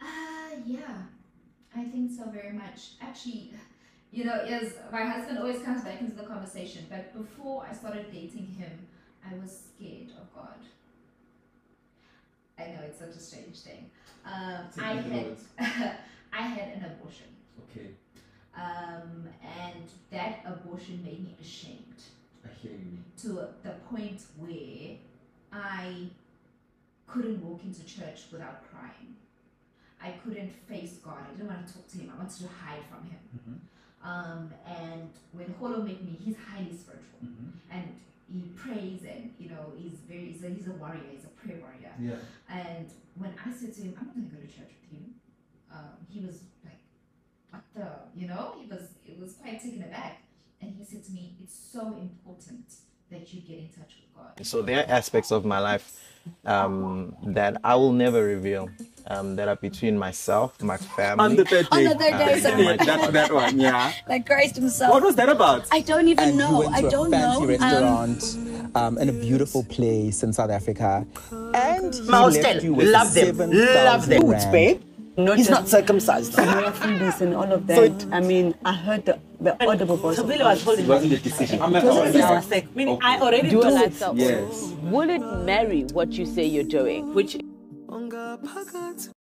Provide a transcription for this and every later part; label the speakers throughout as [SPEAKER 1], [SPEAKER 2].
[SPEAKER 1] Uh, yeah, I think so very much. Actually, you know, yes, my husband always comes back into the conversation, but before I started dating him, I was scared of God. I know it's such a strange thing. Um,
[SPEAKER 2] It's a
[SPEAKER 1] I
[SPEAKER 2] big
[SPEAKER 1] had
[SPEAKER 2] word.
[SPEAKER 1] I had an abortion,
[SPEAKER 2] Okay,
[SPEAKER 1] um, and that abortion made me ashamed.
[SPEAKER 2] I hear you.
[SPEAKER 1] to the point where I couldn't walk into church without crying. I couldn't face God. I didn't want to talk to him. I wanted to hide from him.
[SPEAKER 2] Mm-hmm.
[SPEAKER 1] Um, and when Holo met me, he's highly spiritual
[SPEAKER 2] Mm-hmm.
[SPEAKER 1] and he prays and you know he's very he's a, he's a warrior. He's a prayer warrior.
[SPEAKER 2] Yeah.
[SPEAKER 1] And when I said to him, I'm not gonna go to church with you, um, he was like, What the you know, he was it was quite taken aback. And he said to me, It's so important that you get in touch with God.
[SPEAKER 3] So there are aspects of my life um, that I will never reveal um, that are between myself, my family.
[SPEAKER 2] On the third
[SPEAKER 4] On
[SPEAKER 2] day.
[SPEAKER 4] the third
[SPEAKER 3] day,
[SPEAKER 2] Yeah,
[SPEAKER 3] sorry.
[SPEAKER 2] That's that one, yeah.
[SPEAKER 4] Like Christ himself.
[SPEAKER 2] What was that about?
[SPEAKER 4] I don't even
[SPEAKER 5] and
[SPEAKER 4] know.
[SPEAKER 5] we went
[SPEAKER 4] I
[SPEAKER 5] to
[SPEAKER 4] don't
[SPEAKER 5] a fancy
[SPEAKER 4] know. Um,
[SPEAKER 5] restaurant um, in a beautiful place in South Africa. And he
[SPEAKER 6] Mouse
[SPEAKER 5] left you with
[SPEAKER 6] love them,
[SPEAKER 5] 7,000
[SPEAKER 6] love them.
[SPEAKER 5] rand.
[SPEAKER 6] Not
[SPEAKER 7] He's
[SPEAKER 6] just-
[SPEAKER 7] not circumcised.
[SPEAKER 6] Samira
[SPEAKER 7] Fundis and all of that.
[SPEAKER 5] it-
[SPEAKER 7] I mean, I heard the, the audible voice. of
[SPEAKER 6] Sabila
[SPEAKER 7] God.
[SPEAKER 6] was holding
[SPEAKER 2] It wasn't a decision. I'm not
[SPEAKER 7] Because I
[SPEAKER 2] aware.
[SPEAKER 7] was sick.
[SPEAKER 6] I mean, I already
[SPEAKER 8] Dual
[SPEAKER 6] told
[SPEAKER 8] lifestyle.
[SPEAKER 2] Yes.
[SPEAKER 8] Will it marry what you say you're doing? Which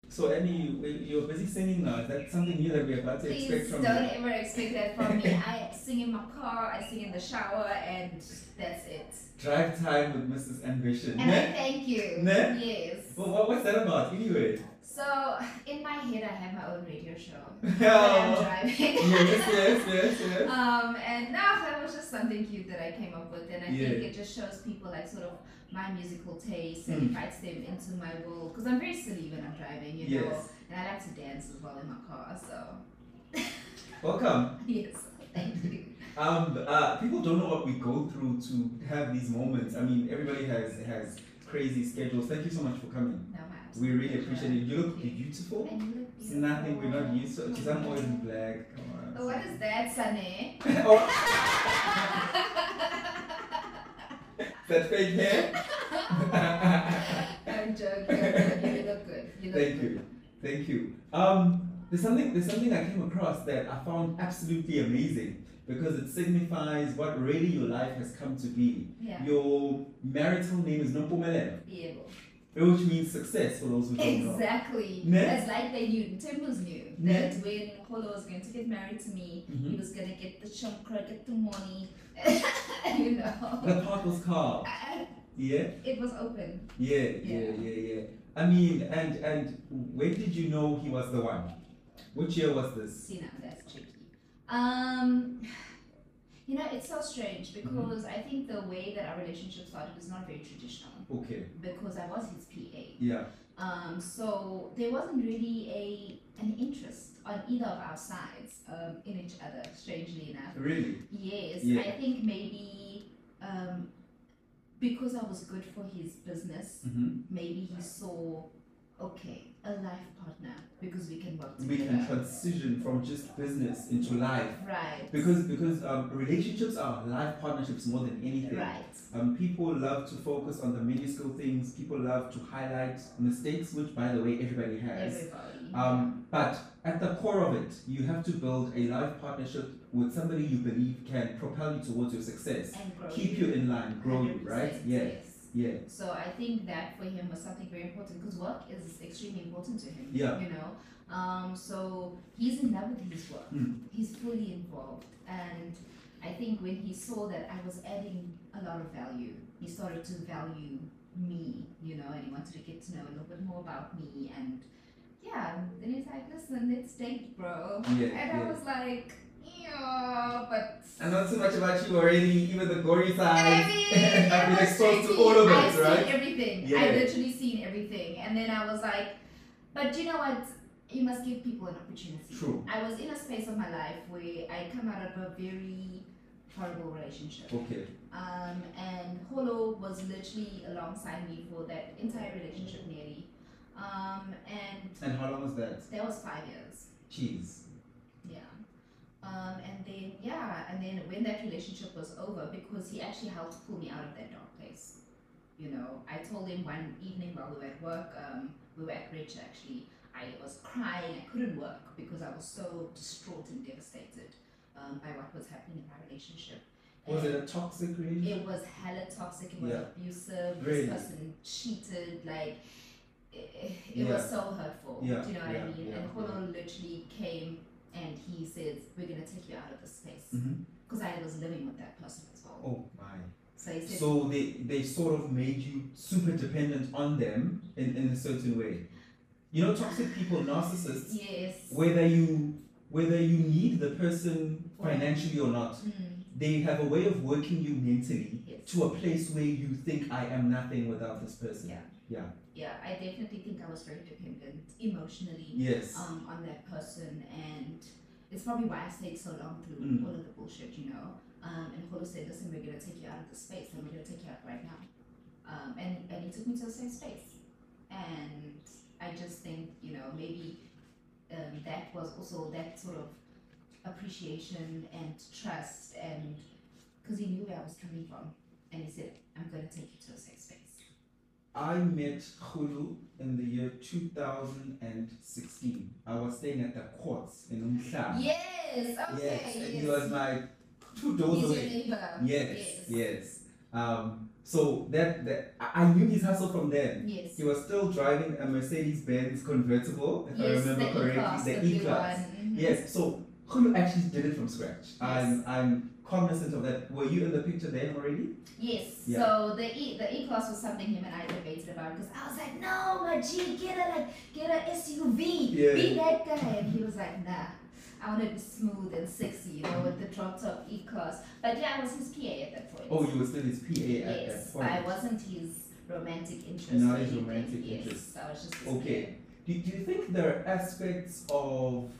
[SPEAKER 2] So Annie, we- you're busy singing now. Is that something new that we're about to expect
[SPEAKER 1] Please
[SPEAKER 2] from
[SPEAKER 1] don't
[SPEAKER 2] you?
[SPEAKER 1] ever expect that from me. I sing in my car, I sing in the shower, and that's it.
[SPEAKER 2] Drive time with Mrs. Ambition.
[SPEAKER 1] And I
[SPEAKER 2] Ne?
[SPEAKER 1] thank you.
[SPEAKER 2] Ne?
[SPEAKER 1] Yes.
[SPEAKER 2] Well, what, what's that about anyway?
[SPEAKER 1] So in my head, I have my own radio show. when I'm
[SPEAKER 2] yes,
[SPEAKER 1] driving.
[SPEAKER 2] yes, yes, yes.
[SPEAKER 1] Um, and now that was just something cute that I came up with, and I think
[SPEAKER 2] Yeah.
[SPEAKER 1] it just shows people like sort of my musical taste
[SPEAKER 2] Hmm.
[SPEAKER 1] and invites them into my world because I'm very silly when I'm driving, you know,
[SPEAKER 2] Yes.
[SPEAKER 1] and I like to dance as well in my car. So
[SPEAKER 2] Welcome.
[SPEAKER 1] yes, thank you.
[SPEAKER 2] Um, uh, people don't know what we go through to have these moments. I mean, everybody has has crazy schedules. Thank you so much for coming.
[SPEAKER 1] No, my absolute
[SPEAKER 2] We really
[SPEAKER 1] pleasure.
[SPEAKER 2] appreciate it. You look
[SPEAKER 1] Thank you.
[SPEAKER 2] beautiful.
[SPEAKER 1] And you look
[SPEAKER 2] It's nothing we're not
[SPEAKER 1] beautiful.
[SPEAKER 2] used to. Because I'm always in black. Come
[SPEAKER 1] Oh,
[SPEAKER 2] on.
[SPEAKER 1] What is that, Sunny?
[SPEAKER 2] oh, that fake hair.
[SPEAKER 1] I'm joking. I'm joking. You look good. You look
[SPEAKER 2] Thank
[SPEAKER 1] good.
[SPEAKER 2] you, thank you. Um, there's something there's something I came across that I found absolutely amazing because it signifies what really your life has come to be.
[SPEAKER 1] Yeah.
[SPEAKER 2] Your marital name is Nompumelelo,
[SPEAKER 1] Yeah, well,
[SPEAKER 2] which means success for those who don't know.
[SPEAKER 1] Exactly.
[SPEAKER 2] Ne?
[SPEAKER 1] That's like they knew. The temples knew
[SPEAKER 2] Ne?
[SPEAKER 1] that when Holo was going to get married to me, he
[SPEAKER 2] Mhm.
[SPEAKER 1] was going to get the chankra, get the money. you know.
[SPEAKER 2] The path was carved.
[SPEAKER 1] I-
[SPEAKER 2] Yeah,
[SPEAKER 1] It was open.
[SPEAKER 2] yeah, yeah, yeah, yeah. I mean, and and when did you know he was the one? Which year was this?
[SPEAKER 1] See now, that's tricky. Um, you know, it's so strange
[SPEAKER 2] Mm-hmm.
[SPEAKER 1] because I think the way that our relationship started was not very traditional
[SPEAKER 2] Okay,
[SPEAKER 1] because I was his PA.
[SPEAKER 2] yeah,
[SPEAKER 1] Um, so there wasn't really a an interest on either of our sides um, in each other, strangely enough.
[SPEAKER 2] really.
[SPEAKER 1] Yes,
[SPEAKER 2] Yeah.
[SPEAKER 1] I think maybe um, because I was good for his business,
[SPEAKER 2] hmm
[SPEAKER 1] maybe he saw, okay, a life partner because we can work
[SPEAKER 2] We
[SPEAKER 1] together.
[SPEAKER 2] can transition from just business into life.
[SPEAKER 1] right,
[SPEAKER 2] Because because um, relationships are life partnerships more than anything.
[SPEAKER 1] right,
[SPEAKER 2] Um, people love to focus on the minuscule things. People love to highlight mistakes, which by the way everybody has.
[SPEAKER 1] everybody.
[SPEAKER 2] Um, but at the core of it, you have to build a life partnership with somebody you believe can propel you towards your success,
[SPEAKER 1] And grow
[SPEAKER 2] keep
[SPEAKER 1] you.
[SPEAKER 2] you in line, grow you,
[SPEAKER 1] 100%,
[SPEAKER 2] right? Yeah, yeah.
[SPEAKER 1] So I think that for him was something very important because work is extremely important to him.
[SPEAKER 2] Yeah.
[SPEAKER 1] You know, um, so he's in love with his work.
[SPEAKER 2] Mm.
[SPEAKER 1] He's fully involved, and I think when he saw that I was adding a lot of value, he started to value me. You know, and he wanted to get to know a little bit more about me, and yeah. Then he's like, "Listen, let's date, bro."
[SPEAKER 2] Yeah,
[SPEAKER 1] and I
[SPEAKER 2] yeah.
[SPEAKER 1] was like, "Yeah, but."
[SPEAKER 2] And not so much about you already, even the gory
[SPEAKER 1] I
[SPEAKER 2] side.
[SPEAKER 1] mean,
[SPEAKER 2] I've
[SPEAKER 1] it
[SPEAKER 2] been
[SPEAKER 1] was
[SPEAKER 2] exposed to
[SPEAKER 1] tricky.
[SPEAKER 2] all of
[SPEAKER 1] I've
[SPEAKER 2] it, right?
[SPEAKER 1] seen everything.
[SPEAKER 2] Yeah.
[SPEAKER 1] I've literally seen everything. And then I was like, but you know what? You must give people an opportunity.
[SPEAKER 2] True.
[SPEAKER 1] I was in a space of my life where I come out of a very horrible relationship.
[SPEAKER 2] Okay.
[SPEAKER 1] Um, and Holo was literally alongside me for that entire relationship nearly. Um, and
[SPEAKER 2] And how long was that?
[SPEAKER 1] that was five years.
[SPEAKER 2] Cheese.
[SPEAKER 1] Yeah. Um, and then yeah, and then when that relationship was over, because he actually helped pull me out of that dark place. You know, I told him one evening while we were at work, um, we were at Rich actually. I was crying. I couldn't work because I was so distraught and devastated um, by what was happening in my relationship.
[SPEAKER 2] Was
[SPEAKER 1] And-
[SPEAKER 2] it a toxic relationship?
[SPEAKER 1] it was hella toxic. It was
[SPEAKER 2] Yeah.
[SPEAKER 1] abusive.
[SPEAKER 2] Really?
[SPEAKER 1] This person cheated. Like it, it
[SPEAKER 2] Yeah.
[SPEAKER 1] was so hurtful.
[SPEAKER 2] Yeah,
[SPEAKER 1] Do you know what I
[SPEAKER 2] yeah,
[SPEAKER 1] mean?
[SPEAKER 2] yeah,
[SPEAKER 1] and
[SPEAKER 2] yeah.
[SPEAKER 1] Kono literally came and he says, "We're gonna take you out of this space,"
[SPEAKER 2] Mhm.
[SPEAKER 1] because I was living with that person as well.
[SPEAKER 2] Oh my.
[SPEAKER 1] So he said,
[SPEAKER 2] So they, they sort of made you super dependent on them in, in a certain way. You know, toxic people, narcissists,
[SPEAKER 1] "Yes."
[SPEAKER 2] whether you whether you need the person financially or not,
[SPEAKER 1] Mm,
[SPEAKER 2] they have a way of working you mentally
[SPEAKER 1] Yes.
[SPEAKER 2] to a place where you think I am nothing without this person.
[SPEAKER 1] Yeah.
[SPEAKER 2] Yeah.
[SPEAKER 1] yeah, I definitely think I was very dependent emotionally.
[SPEAKER 2] Yes.
[SPEAKER 1] um, on that person, and it's probably why I stayed so long through
[SPEAKER 2] Mm.
[SPEAKER 1] all of the bullshit, you know. Um, and Holo said, "Listen, we're gonna take you out of the space, and we're gonna take you out right now." Um, and and he took me to the same space, and I just think you know maybe um, that was also that sort of appreciation and trust, and because he knew where I was coming from, and he said, "I'm gonna take you to a safe space."
[SPEAKER 2] I met Khulu in the year 2016. I was staying at the courts in Umhla.
[SPEAKER 1] Yes. Okay.
[SPEAKER 2] Ah. Yes, and he was my two doors
[SPEAKER 1] He's your
[SPEAKER 2] away.
[SPEAKER 1] neighbor.
[SPEAKER 2] Yes, yes. Um, so that, that I I knew his hustle from then.
[SPEAKER 1] Yes.
[SPEAKER 2] He was still driving a Mercedes Benz convertible, if I
[SPEAKER 1] Yes,
[SPEAKER 2] remember
[SPEAKER 1] the
[SPEAKER 2] correctly,
[SPEAKER 1] E-Class, the
[SPEAKER 2] the
[SPEAKER 1] blue
[SPEAKER 2] E class.
[SPEAKER 1] one, mhm.
[SPEAKER 2] Yes. So Khulu actually did it from scratch. I'm I'm cognizant of that. Were you in the picture then already?
[SPEAKER 1] Yes.
[SPEAKER 2] Yeah.
[SPEAKER 1] So the E the E class was something him and I debated about because I was like, no, my G, get a like get a SUV, be
[SPEAKER 2] Yeah.
[SPEAKER 1] that guy, and he was like, nah. I want to be smooth and sexy, you know, with the drop top E class. But yeah, I was his PA at that point.
[SPEAKER 2] Oh, you were still his PA at that
[SPEAKER 1] yes,
[SPEAKER 2] point.
[SPEAKER 1] I wasn't his romantic interest.
[SPEAKER 2] Not
[SPEAKER 1] or
[SPEAKER 2] his
[SPEAKER 1] anything.
[SPEAKER 2] romantic
[SPEAKER 1] yes,
[SPEAKER 2] interest.
[SPEAKER 1] I was just his
[SPEAKER 2] Okay. Do, do you think there are aspects of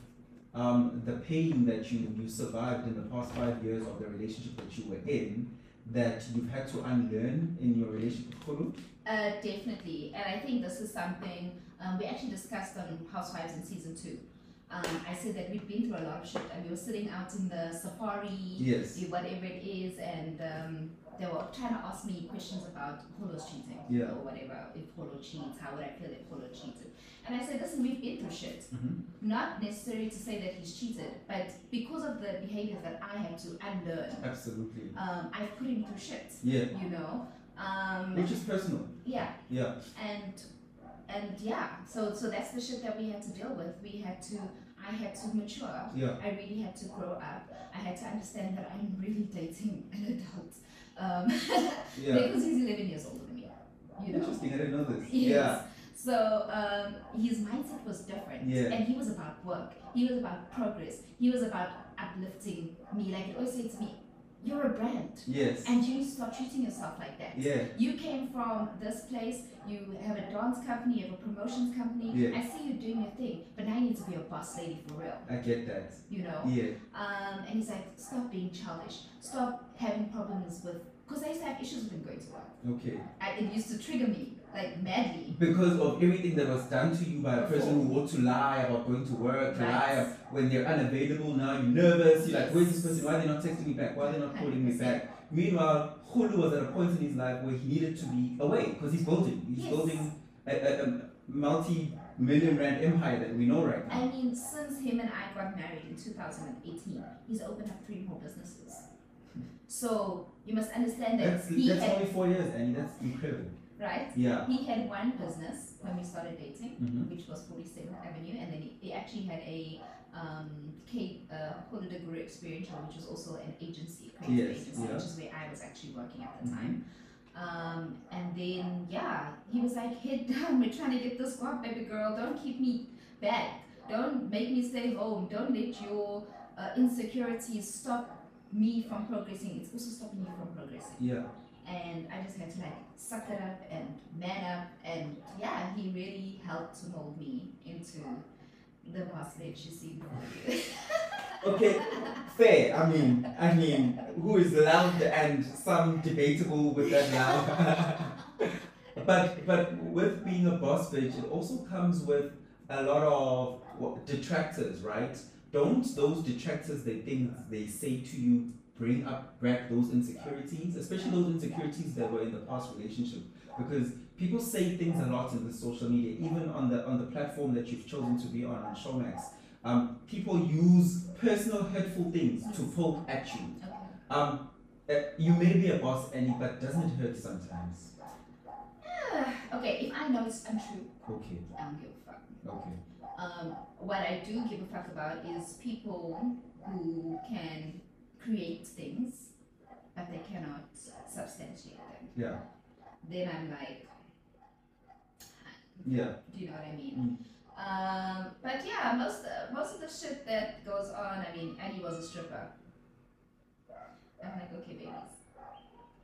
[SPEAKER 2] um, the pain that you, you survived in the past five years of the relationship that you were in that you've had to unlearn in your relationship with Kolo?
[SPEAKER 1] Uh, definitely, and I think this is something um, we actually discussed on Housewives in season two. Um, I said that we've been through a lot of shit, and we were sitting out in the safari,
[SPEAKER 2] Yes.
[SPEAKER 1] whatever it is, and um, they were trying to ask me questions about Holo's cheating
[SPEAKER 2] Yeah.
[SPEAKER 1] or whatever. If Holo cheats, how would I feel if Holo cheated? And I said, listen, we've been through shit.
[SPEAKER 2] Mm-hmm.
[SPEAKER 1] Not necessarily to say that he's cheated, but because of the behaviors that I had to unlearn,
[SPEAKER 2] Absolutely.
[SPEAKER 1] um, I've put him through shit.
[SPEAKER 2] Yeah.
[SPEAKER 1] You know. Um,
[SPEAKER 2] Which is personal.
[SPEAKER 1] yeah
[SPEAKER 2] Yeah.
[SPEAKER 1] and and yeah so so that's the shit that we had to deal with we had to i had to mature
[SPEAKER 2] Yeah.
[SPEAKER 1] i really had to grow up i had to understand that i'm really dating an adult um,
[SPEAKER 2] Yeah.
[SPEAKER 1] because he's 11 years older than me you know
[SPEAKER 2] Interesting. I didn't know this.
[SPEAKER 1] Yes.
[SPEAKER 2] Yeah.
[SPEAKER 1] So um, his mindset was different,
[SPEAKER 2] Yeah.
[SPEAKER 1] and he was about work. He was about progress. He was about uplifting me. Like he always said to me, "You're a brand,
[SPEAKER 2] Yes.
[SPEAKER 1] and you need to stop treating yourself like that."
[SPEAKER 2] Yeah.
[SPEAKER 1] You came from this place, you have a dance company, you have a promotions company.
[SPEAKER 2] Yeah.
[SPEAKER 1] I see you doing your thing, but now you need to be a boss lady for real,
[SPEAKER 2] I get that.
[SPEAKER 1] you know?
[SPEAKER 2] Yeah.
[SPEAKER 1] Um, and he's like, stop being childish, stop having problems with. Because I used to have issues with him going to work.
[SPEAKER 2] Okay.
[SPEAKER 1] I, it used to trigger me, like madly.
[SPEAKER 2] Because of everything that was done to you by a person who ought to lie about going to work,
[SPEAKER 1] Right.
[SPEAKER 2] lie ab- when they're unavailable now, you're nervous, you're like,
[SPEAKER 1] Yes.
[SPEAKER 2] where's this person? Why are they not texting me back? Why are they not calling me
[SPEAKER 1] 100%.
[SPEAKER 2] back? Meanwhile, Hulu was at a point in his life where he needed to be away because he's building. He's
[SPEAKER 1] Yes.
[SPEAKER 2] building a, a, a multi million rand empire that we know right now.
[SPEAKER 1] I mean, since him and I got married in 2018, he's opened up three more businesses. So you must understand that
[SPEAKER 2] That's,
[SPEAKER 1] he
[SPEAKER 2] that's
[SPEAKER 1] had,
[SPEAKER 2] only four years, and that's incredible.
[SPEAKER 1] right?
[SPEAKER 2] Yeah.
[SPEAKER 1] He had one business when we started dating,
[SPEAKER 2] Mhm.
[SPEAKER 1] which was 47th Avenue, and then he, he actually had a um, Cape uh, Holy Degree Experiential, which was also an agency, a creative
[SPEAKER 2] Yes,
[SPEAKER 1] agency,
[SPEAKER 2] yeah. Mm-hmm.
[SPEAKER 1] which is where I was actually working at the time. Um, and then, yeah, he was like, head down, we're trying to get this work, baby girl, don't keep me back, don't make me stay home, don't let your uh, insecurities stop me from progressing, it's also stopping you from progressing
[SPEAKER 2] Yeah.
[SPEAKER 1] and I just had to like suck it up and man up and yeah, he really helped to mold me into the boss bitch you see before you.
[SPEAKER 2] Okay, fair. I mean, I mean, who is loud and some debatable with that loud. but but with being a boss bitch, it also comes with a lot of what, detractors, right? Don't those detractors, they think they say to you, bring up back those insecurities, especially those insecurities that were in the past relationship. because people say things a lot in the social media, even on the on the platform that you've chosen to be on, on Showmax. Um, people use personal hurtful things to poke at you. Um, uh, you may be a boss, Annie, but doesn't it hurt sometimes?
[SPEAKER 1] okay, if I know it's untrue,
[SPEAKER 2] Okay,
[SPEAKER 1] I don't give a fuck.
[SPEAKER 2] okay.
[SPEAKER 1] Um, what I do give a fuck about is people who can create things, but they cannot substantiate them.
[SPEAKER 2] Yeah,
[SPEAKER 1] Then I'm like,
[SPEAKER 2] yeah.
[SPEAKER 1] Do you know what I
[SPEAKER 2] Mm.
[SPEAKER 1] mean? Um, but yeah, most uh, most of the shit that goes on. I mean, Annie was a stripper. I'm like, okay, babies,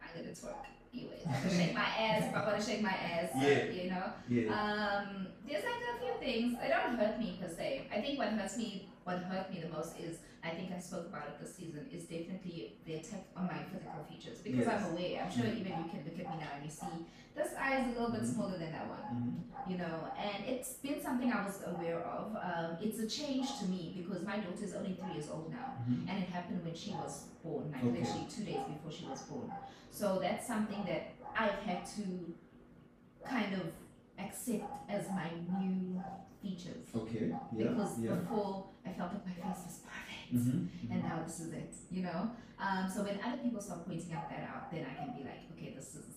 [SPEAKER 1] I did its work. You would shake my ass if I want to shake my ass.
[SPEAKER 2] Yeah.
[SPEAKER 1] You know.
[SPEAKER 2] Yeah.
[SPEAKER 1] Um, there's like a few things. They don't hurt me per se. I think what hurts me, what hurt me the most is, I think I spoke about it this season, is definitely the attack on my physical features because
[SPEAKER 2] Yes. Mm.
[SPEAKER 1] I'm aware. I'm sure even you can look at me now and you see this eye is a little bit smaller than that one you know, and it's been something I was aware of. Um, it's a change to me because my daughter is only three years old now,
[SPEAKER 2] Mhm.
[SPEAKER 1] and it happened when she was born, like
[SPEAKER 2] Okay.
[SPEAKER 1] literally two days before she was born. So that's something that I've had to kind of accept as my new features.
[SPEAKER 2] Okay. Oh, Yeah.
[SPEAKER 1] because
[SPEAKER 2] Yeah.
[SPEAKER 1] before I felt like my face was perfect,
[SPEAKER 2] Mhm,
[SPEAKER 1] and now this is it, you know. Um, so when other people start pointing out that out, then I can be like, okay, this is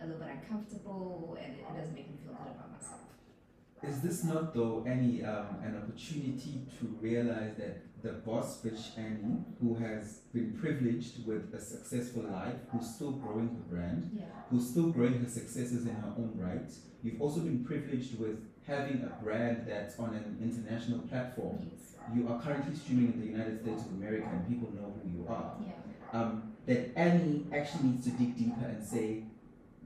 [SPEAKER 1] a little bit uncomfortable, and it, it doesn't make me feel good about myself.
[SPEAKER 2] Is this not though Annie um, an opportunity to realize that the boss bitch Annie, who has been privileged with a successful life, who's still growing her brand,
[SPEAKER 1] Yeah.
[SPEAKER 2] who's still growing her successes in her own right, you've also been privileged with having a brand that's on an international platform.
[SPEAKER 1] Yes.
[SPEAKER 2] You are currently streaming in the United States of America and people know who you are
[SPEAKER 1] Yeah.
[SPEAKER 2] um, that Annie actually needs to dig deeper and say,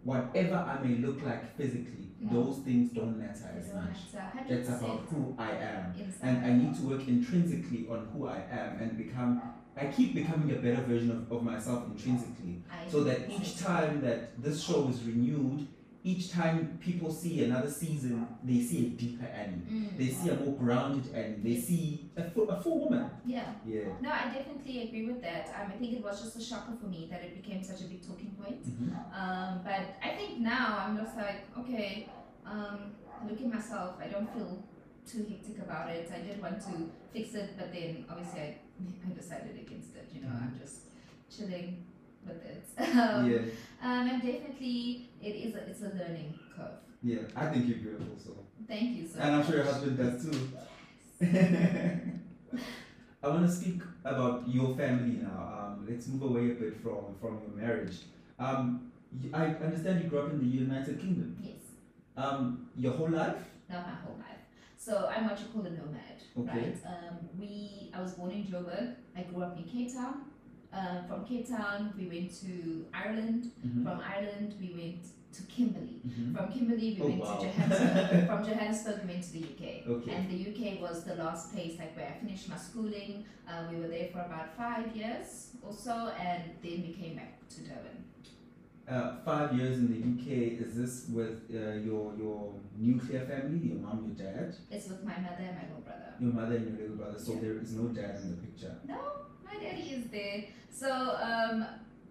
[SPEAKER 2] whatever I may look like physically,
[SPEAKER 1] Mm.
[SPEAKER 2] those things don't matter
[SPEAKER 1] It
[SPEAKER 2] as
[SPEAKER 1] doesn't
[SPEAKER 2] much.
[SPEAKER 1] matter.
[SPEAKER 2] That's
[SPEAKER 1] 100%
[SPEAKER 2] about who I am.
[SPEAKER 1] inside.
[SPEAKER 2] And I need to work intrinsically on who I am and become, I keep becoming a better version of, of myself intrinsically.
[SPEAKER 1] I
[SPEAKER 2] So that
[SPEAKER 1] see.
[SPEAKER 2] each time that this show is renewed, each time people see another season, they see a deeper Annie.
[SPEAKER 1] Mm.
[SPEAKER 2] They see a more grounded Annie. They see a full, a full woman.
[SPEAKER 1] Yeah.
[SPEAKER 2] Yeah.
[SPEAKER 1] No, I definitely agree with that. Um, I think it was just a shocker for me that it became such a big talking point.
[SPEAKER 2] Mhm.
[SPEAKER 1] Um, but I think now I'm just like, okay, um, look at myself. I don't feel too hectic about it. I did want to fix it, but then obviously I, I decided against it. You know, I'm just chilling with it. Um,
[SPEAKER 2] Mm. Yeah.
[SPEAKER 1] um, and definitely it is a, it's a learning curve.
[SPEAKER 2] Yeah. I think you're beautiful, so.
[SPEAKER 1] Thank you so
[SPEAKER 2] And I'm
[SPEAKER 1] much.
[SPEAKER 2] sure your husband does too. I want to speak about your family now. Um, let's move away a bit from, from your marriage. Um, y- I understand you grew up in the United Kingdom.
[SPEAKER 1] Yes.
[SPEAKER 2] Um, your whole life?
[SPEAKER 1] not my whole life. So I'm what you call a nomad,
[SPEAKER 2] Okay.
[SPEAKER 1] right? Um, we I was born in Joburg. I grew up in Cape Town. Uh, from Cape Town, we went to Ireland.
[SPEAKER 2] Mhm.
[SPEAKER 1] From Ireland, we went to Kimberley.
[SPEAKER 2] Mhm.
[SPEAKER 1] From Kimberley, we
[SPEAKER 2] Oh,
[SPEAKER 1] went
[SPEAKER 2] wow.
[SPEAKER 1] to Johannesburg. from Johannesburg, we went to the UK.
[SPEAKER 2] Okay.
[SPEAKER 1] And the UK was the last place like where I finished my schooling. Uh, we were there for about five years or so, and then we came back to Durban.
[SPEAKER 2] Uh, five years in the UK. Is this with uh, your your nuclear family? Your mom, your dad,
[SPEAKER 1] It's with my mother and my little brother.
[SPEAKER 2] your mother, and your little brother. So
[SPEAKER 1] Yeah.
[SPEAKER 2] there is no dad in the picture.
[SPEAKER 1] No, my daddy is there. So um,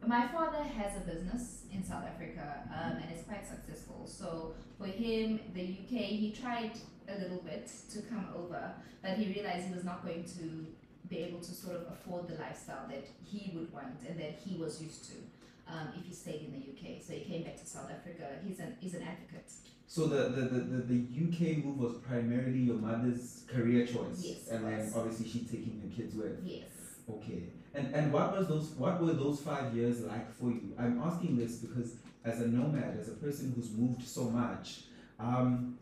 [SPEAKER 1] my father has a business in South Africa um, and it's quite successful. So for him, the UK, he tried a little bit to come over, but he realized he was not going to be able to sort of afford the lifestyle that he would want and that he was used to. Um, if he stayed in the UK, so he came back to South Africa. He's an he's an advocate.
[SPEAKER 2] So the, the, the, the, the UK move was primarily your mother's career choice.
[SPEAKER 1] Yes, it
[SPEAKER 2] And then
[SPEAKER 1] was.
[SPEAKER 2] obviously she taking her kids with.
[SPEAKER 1] Yes.
[SPEAKER 2] Okay. And and what was those what were those five years like for you? I'm asking this because as a nomad, as a person who's moved so much, um,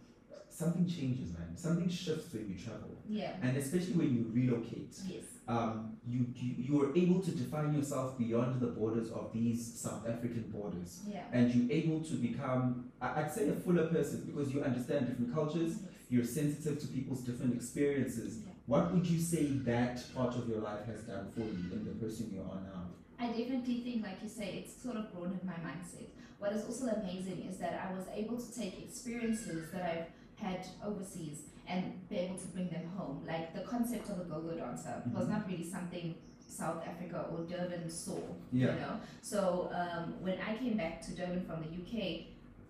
[SPEAKER 2] something changes, man. Something shifts when you travel.
[SPEAKER 1] Yeah.
[SPEAKER 2] And especially when you relocate.
[SPEAKER 1] Yes.
[SPEAKER 2] Um, you, you you are able to define yourself beyond the borders of these South African borders
[SPEAKER 1] Yeah.
[SPEAKER 2] and you're able to become, I- I'd say, a fuller person because you understand different cultures, you're sensitive to people's different experiences.
[SPEAKER 1] Yeah.
[SPEAKER 2] What would you say that part of your life has done for you and the person you are now?
[SPEAKER 1] I definitely think, like you say, it's sort of broadened my mindset. What is also amazing is that I was able to take experiences that I've had overseas and be able to bring them home. Like the concept of a go-go dancer was not really something South Africa or Durban saw,
[SPEAKER 2] Yeah.
[SPEAKER 1] you know. So um, when I came back to Durban from the UK,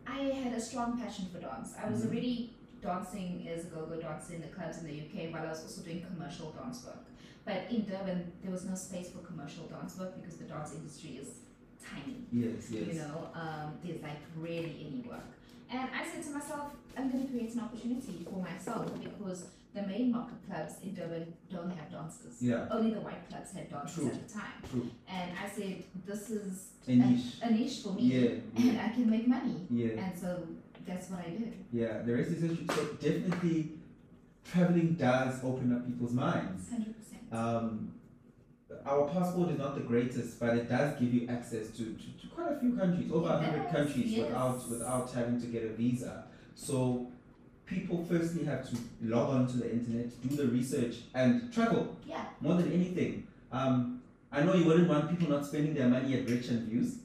[SPEAKER 1] I had a strong passion for dance. I was already dancing as a go-go dancer in the clubs in the UK, while I was also doing commercial dance work. But in Durban, there was no space for commercial dance work because the dance industry is tiny.
[SPEAKER 2] Yes, yes.
[SPEAKER 1] You know, um, there's like rarely any work. And I said to myself, I'm going to create an opportunity for myself because the main market clubs in Durban don't have dancers.
[SPEAKER 2] Yeah.
[SPEAKER 1] Only the white clubs had dancers
[SPEAKER 2] True.
[SPEAKER 1] at the time.
[SPEAKER 2] True.
[SPEAKER 1] And I said, this is
[SPEAKER 2] A niche.
[SPEAKER 1] a niche for me,
[SPEAKER 2] Yeah,
[SPEAKER 1] and
[SPEAKER 2] yeah,
[SPEAKER 1] I can make money.
[SPEAKER 2] yeah.
[SPEAKER 1] And so that's what I did.
[SPEAKER 2] yeah. There is this issue. So definitely, traveling does open up people's minds.
[SPEAKER 1] 100%.
[SPEAKER 2] um, our passport is not the greatest, but it does give you access to, to, to quite a few countries, over a
[SPEAKER 1] Yes,
[SPEAKER 2] 100 countries,
[SPEAKER 1] yes.
[SPEAKER 2] without without having to get a visa. So people firstly have to log on to the internet, do the research, and travel
[SPEAKER 1] yeah.
[SPEAKER 2] more than anything. Um, I know you wouldn't want people not spending their money at rich and views,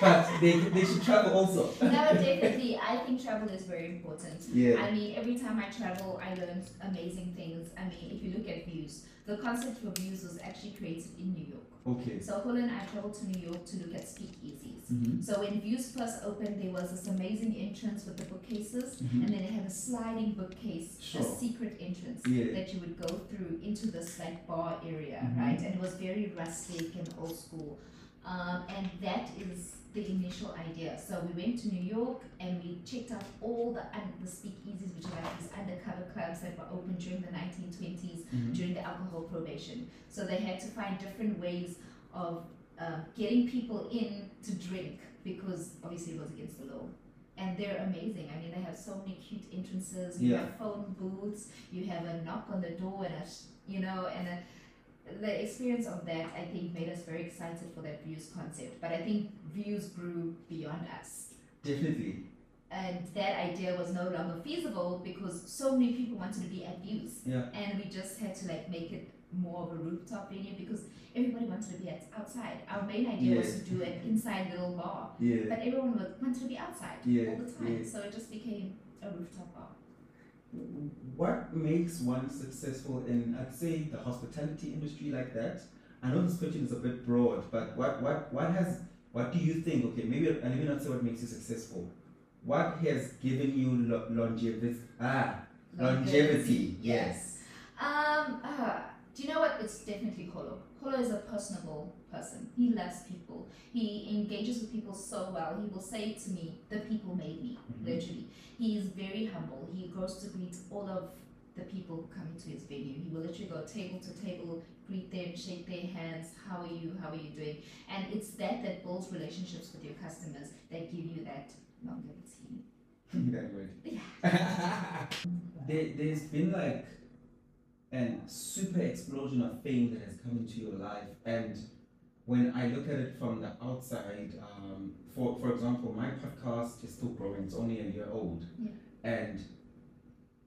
[SPEAKER 2] but they, they should travel also.
[SPEAKER 1] No, definitely. I think travel is very important.
[SPEAKER 2] Yeah.
[SPEAKER 1] I mean, every time I travel, I learned amazing things. I mean, if you look at views, the concept for views was actually created in New York.
[SPEAKER 2] Okay.
[SPEAKER 1] So Hul and I traveled to New York to look at speakeasies.
[SPEAKER 2] Mm-hmm.
[SPEAKER 1] So when Views first opened, there was this amazing entrance with the bookcases,
[SPEAKER 2] Mhm.
[SPEAKER 1] and then it had a sliding bookcase, a
[SPEAKER 2] Sure.
[SPEAKER 1] secret entrance
[SPEAKER 2] Yeah.
[SPEAKER 1] that you would go through into this like bar area,
[SPEAKER 2] Mhm.
[SPEAKER 1] right? And it was very rustic and old school, um, and that is the initial idea. So we went to New York and we checked out all the un- the speakeasies, which are like these undercover clubs that were open during the 1920s
[SPEAKER 2] Mhm.
[SPEAKER 1] during the alcohol probation. So they had to find different ways of uh, getting people in to drink because obviously it was against the law. And they're amazing. I mean, they have so many cute entrances. You
[SPEAKER 2] Yeah.
[SPEAKER 1] have phone booths. You have a knock on the door, and a sh- you know, and a, the experience of that I think made us very excited for that views concept. But I think views grew beyond us
[SPEAKER 2] Definitely.
[SPEAKER 1] and that idea was no longer feasible because so many people wanted to be at views
[SPEAKER 2] Yeah.
[SPEAKER 1] and we just had to like make it more of a rooftop venue because everybody wanted to be at, outside our main idea was
[SPEAKER 2] Yeah.
[SPEAKER 1] to do an inside little bar
[SPEAKER 2] Yeah.
[SPEAKER 1] but everyone was, wanted to be outside
[SPEAKER 2] Yeah,
[SPEAKER 1] all the time
[SPEAKER 2] yeah.
[SPEAKER 1] so it just became a rooftop bar
[SPEAKER 2] what makes one successful in I'd say the hospitality industry like that? I know this question is a bit broad, but what what what has what do you think? Okay, maybe uh, let me not say what makes you successful. What has given you lo- longevity? Ah, longevity. Yes.
[SPEAKER 1] Um, ah, do you know what? It's definitely Holo. Holo is a personable person. He loves people. He engages with people so well. He will say to me, "The people made me."
[SPEAKER 2] Mhm.
[SPEAKER 1] Literally, he is very humble. He goes to greet all of the people coming to his venue. He will literally go table to table, greet them, shake their hands. How are you? How are you doing? And it's that that builds relationships with your customers that give you that longevity.
[SPEAKER 2] that word. there, there's been like an super explosion of fame that has come into your life and when I look at it from the outside, um, for, for example, my podcast is still growing, it's only a year old.
[SPEAKER 1] Yeah.
[SPEAKER 2] And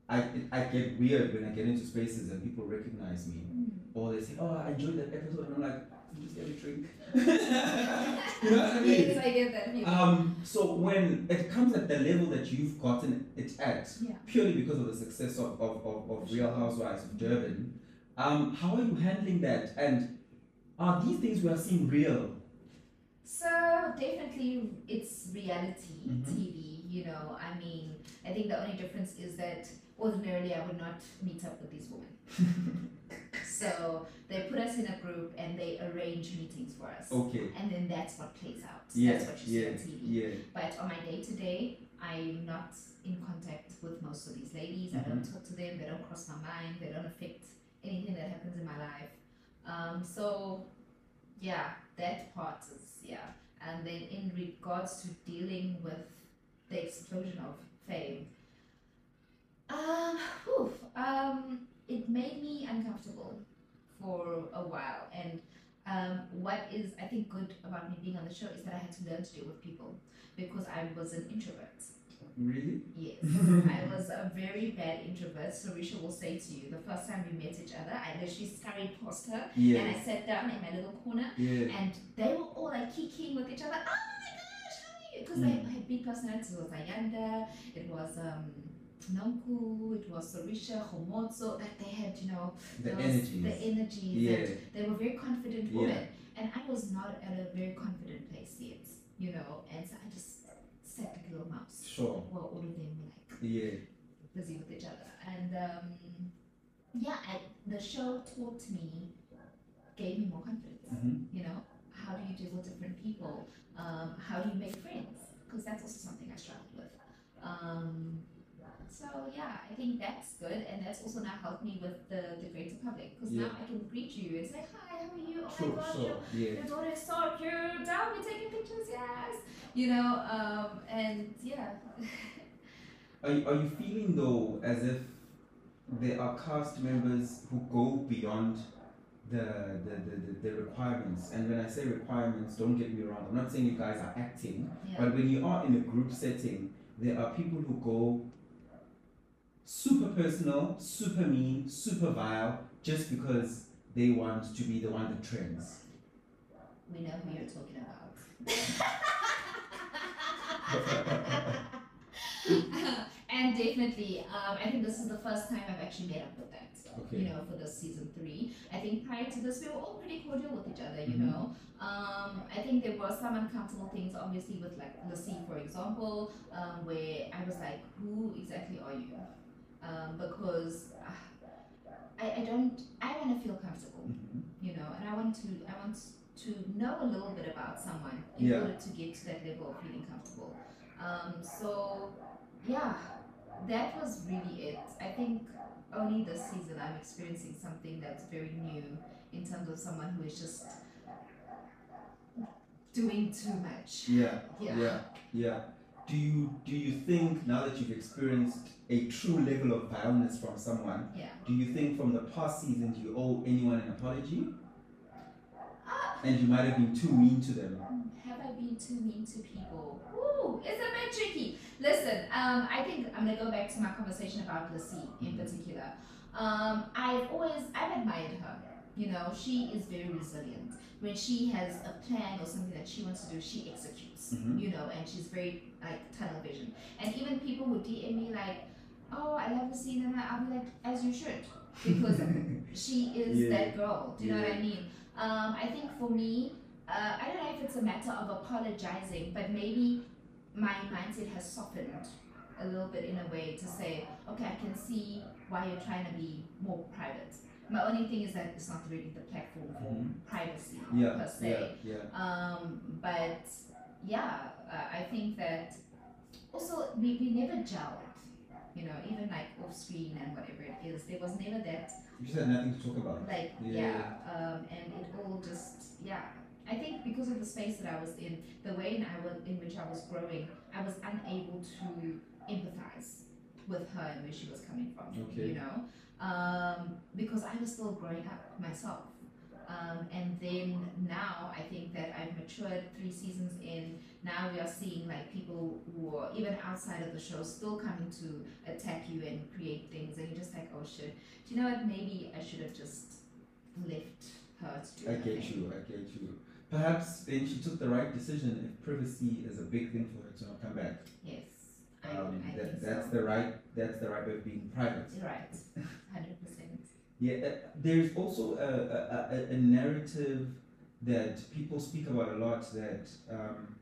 [SPEAKER 2] I, I get weird when I get into spaces and people recognize me. Or they say, Oh, I enjoyed that episode. And I'm like, just get a drink. you know what I mean?
[SPEAKER 1] Yes, I get that. feeling.
[SPEAKER 2] Um, so when it comes at the level that you've gotten it at,
[SPEAKER 1] Yeah.
[SPEAKER 2] purely because of the success of, of, of, of Real Housewives of Durban, um, how are you handling that? And are these things we are seeing real?
[SPEAKER 1] So definitely, it's reality
[SPEAKER 2] Mhm.
[SPEAKER 1] TV. You know, I mean, I think the only difference is that ordinarily I would not meet up with these women. so they put us in a group and they arrange meetings for us,
[SPEAKER 2] Okay.
[SPEAKER 1] and then that's what plays out.
[SPEAKER 2] Yeah.
[SPEAKER 1] that's what you see
[SPEAKER 2] Yeah.
[SPEAKER 1] on TV.
[SPEAKER 2] Yeah.
[SPEAKER 1] But on my day to day, I'm not in contact with most of these ladies. I don't talk to them. They don't cross my mind. They don't affect anything that happens in my life. Um, so, yeah, that part is, yeah. And then in regards to dealing with the explosion of fame, um, oof, um, it made me uncomfortable for a while. And um, what is, I think, good about me being on the show is that I had to learn to deal with people because I was an introvert.
[SPEAKER 2] Really?
[SPEAKER 1] Yes, I was a very bad introvert. Sarisha will say to you, the first time we met each other, I literally scurried past her and
[SPEAKER 2] Yeah.
[SPEAKER 1] I sat down in my little corner,
[SPEAKER 2] Yeah.
[SPEAKER 1] and they were all like kicking with each other. Oh my gosh, how are you? Because
[SPEAKER 2] Mm.
[SPEAKER 1] they had big personalities. It was Ayanda, it was um, Nanku, it was Sarisha, Homotso. Like they had, you know,
[SPEAKER 2] The
[SPEAKER 1] those-
[SPEAKER 2] energies.
[SPEAKER 1] The energies.
[SPEAKER 2] Yeah.
[SPEAKER 1] And they were very confident
[SPEAKER 2] Yeah.
[SPEAKER 1] women, and I was not at a very confident place yet, you know, and so I just pathetic little mouse.
[SPEAKER 2] Sure.
[SPEAKER 1] Well, all of them were like
[SPEAKER 2] Yeah.
[SPEAKER 1] busy with each other. And um, yeah, I, the show taught me, gave me more confidence.
[SPEAKER 2] Mhm.
[SPEAKER 1] You know, how do you deal with different people? Um, how do you make friends? Because that's also something I struggled with. Um, so yeah, I think that's good, and that's also now helped me with the, the greater public because now I can greet you and say hi, how are you? Oh
[SPEAKER 2] Sure,
[SPEAKER 1] my gosh,
[SPEAKER 2] sure.
[SPEAKER 1] you're-
[SPEAKER 2] Yeah.
[SPEAKER 1] your daughter is so cute. Now we're taking pictures, yes. You know, um, and yeah.
[SPEAKER 2] Are you, are you feeling though as if there are cast members who go beyond the the, the, the, the requirements? And when I say requirements, don't get me wrong, I'm not saying you guys are acting,
[SPEAKER 1] Yeah.
[SPEAKER 2] but when you are in a group setting, there are people who go super personal, super mean, super vile, just because they want to be the one that trends.
[SPEAKER 1] We know who you're talking about. and definitely, um, I think this is the first time I've actually met up with that.
[SPEAKER 2] Okay.
[SPEAKER 1] You know, for the season three, I think prior to this, we were all pretty cordial with each other. You
[SPEAKER 2] Mhm.
[SPEAKER 1] know, um, I think there were some uncomfortable things, obviously, with like Lassie, for example, um, where I was like, "Who exactly are you?" Um, because uh, I, I don't, I want to feel comfortable
[SPEAKER 2] Mhm.
[SPEAKER 1] you know, and I want to I want to know a little bit about someone in
[SPEAKER 2] Yeah.
[SPEAKER 1] order to get to that level of feeling comfortable. Um, so yeah, that was really it. I think only this season I'm experiencing something that's very new in terms of someone who is just doing too much.
[SPEAKER 2] Yeah,
[SPEAKER 1] Yeah.
[SPEAKER 2] yeah, yeah. Do you do you think now that you've experienced a true level of vileness from someone,
[SPEAKER 1] Yeah.
[SPEAKER 2] do you think from the past season do you owe anyone an apology?
[SPEAKER 1] Uh,
[SPEAKER 2] And you might have been too mean to them.
[SPEAKER 1] Have I been too mean to people? Ooh, it's a bit tricky. Listen, um, I think I'm gonna go back to my conversation about Lassie in particular. Um, I've always I've admired her. You know, she is very resilient. When she has a plan or something that she wants to do, she executes.
[SPEAKER 2] Mhm.
[SPEAKER 1] You know, and she's very like tunnel vision. And even people who DM me like, "Oh, I love Lassie," and I'll be like, "As you should," because she is
[SPEAKER 2] Yeah.
[SPEAKER 1] that girl. Do you know what I
[SPEAKER 2] Yeah.
[SPEAKER 1] mean? Um, I think for me, uh, I don't know if it's a matter of apologizing, but maybe my mindset has softened a little bit in a way to say, okay, I can see why you're trying to be more private. My only thing is that it's not really the platform for
[SPEAKER 2] Mhm.
[SPEAKER 1] privacy per
[SPEAKER 2] Yeah,
[SPEAKER 1] se.
[SPEAKER 2] yeah, yeah.
[SPEAKER 1] Um, but yeah, uh, I think that also we, we never gelled, you know, even like off screen and whatever it is, there was never that
[SPEAKER 2] You just had nothing to talk about.
[SPEAKER 1] like
[SPEAKER 2] Yeah.
[SPEAKER 1] yeah, Um, and it all just yeah i think because of the space that i was in the way in, I was, in which i was growing i was unable to empathize with her and where she was coming from
[SPEAKER 2] Okay.
[SPEAKER 1] you know um, because i was still growing up myself um, and then now i think that i've matured three seasons in now we are seeing like people who are even outside of the show still coming to attack you and create things and you're just like oh shit do you know what? Maybe I should have just left her to do
[SPEAKER 2] I
[SPEAKER 1] her
[SPEAKER 2] get
[SPEAKER 1] thing.
[SPEAKER 2] you, I get you. Perhaps then she took the right decision if privacy is a big thing for her to not come back.
[SPEAKER 1] Yes. I,
[SPEAKER 2] Um,
[SPEAKER 1] I
[SPEAKER 2] that,
[SPEAKER 1] think so.
[SPEAKER 2] that's the right that's the right way of being private.
[SPEAKER 1] You're right. 100%.
[SPEAKER 2] Yeah, uh, there's also a, a, a- a narrative that people speak about a lot that um,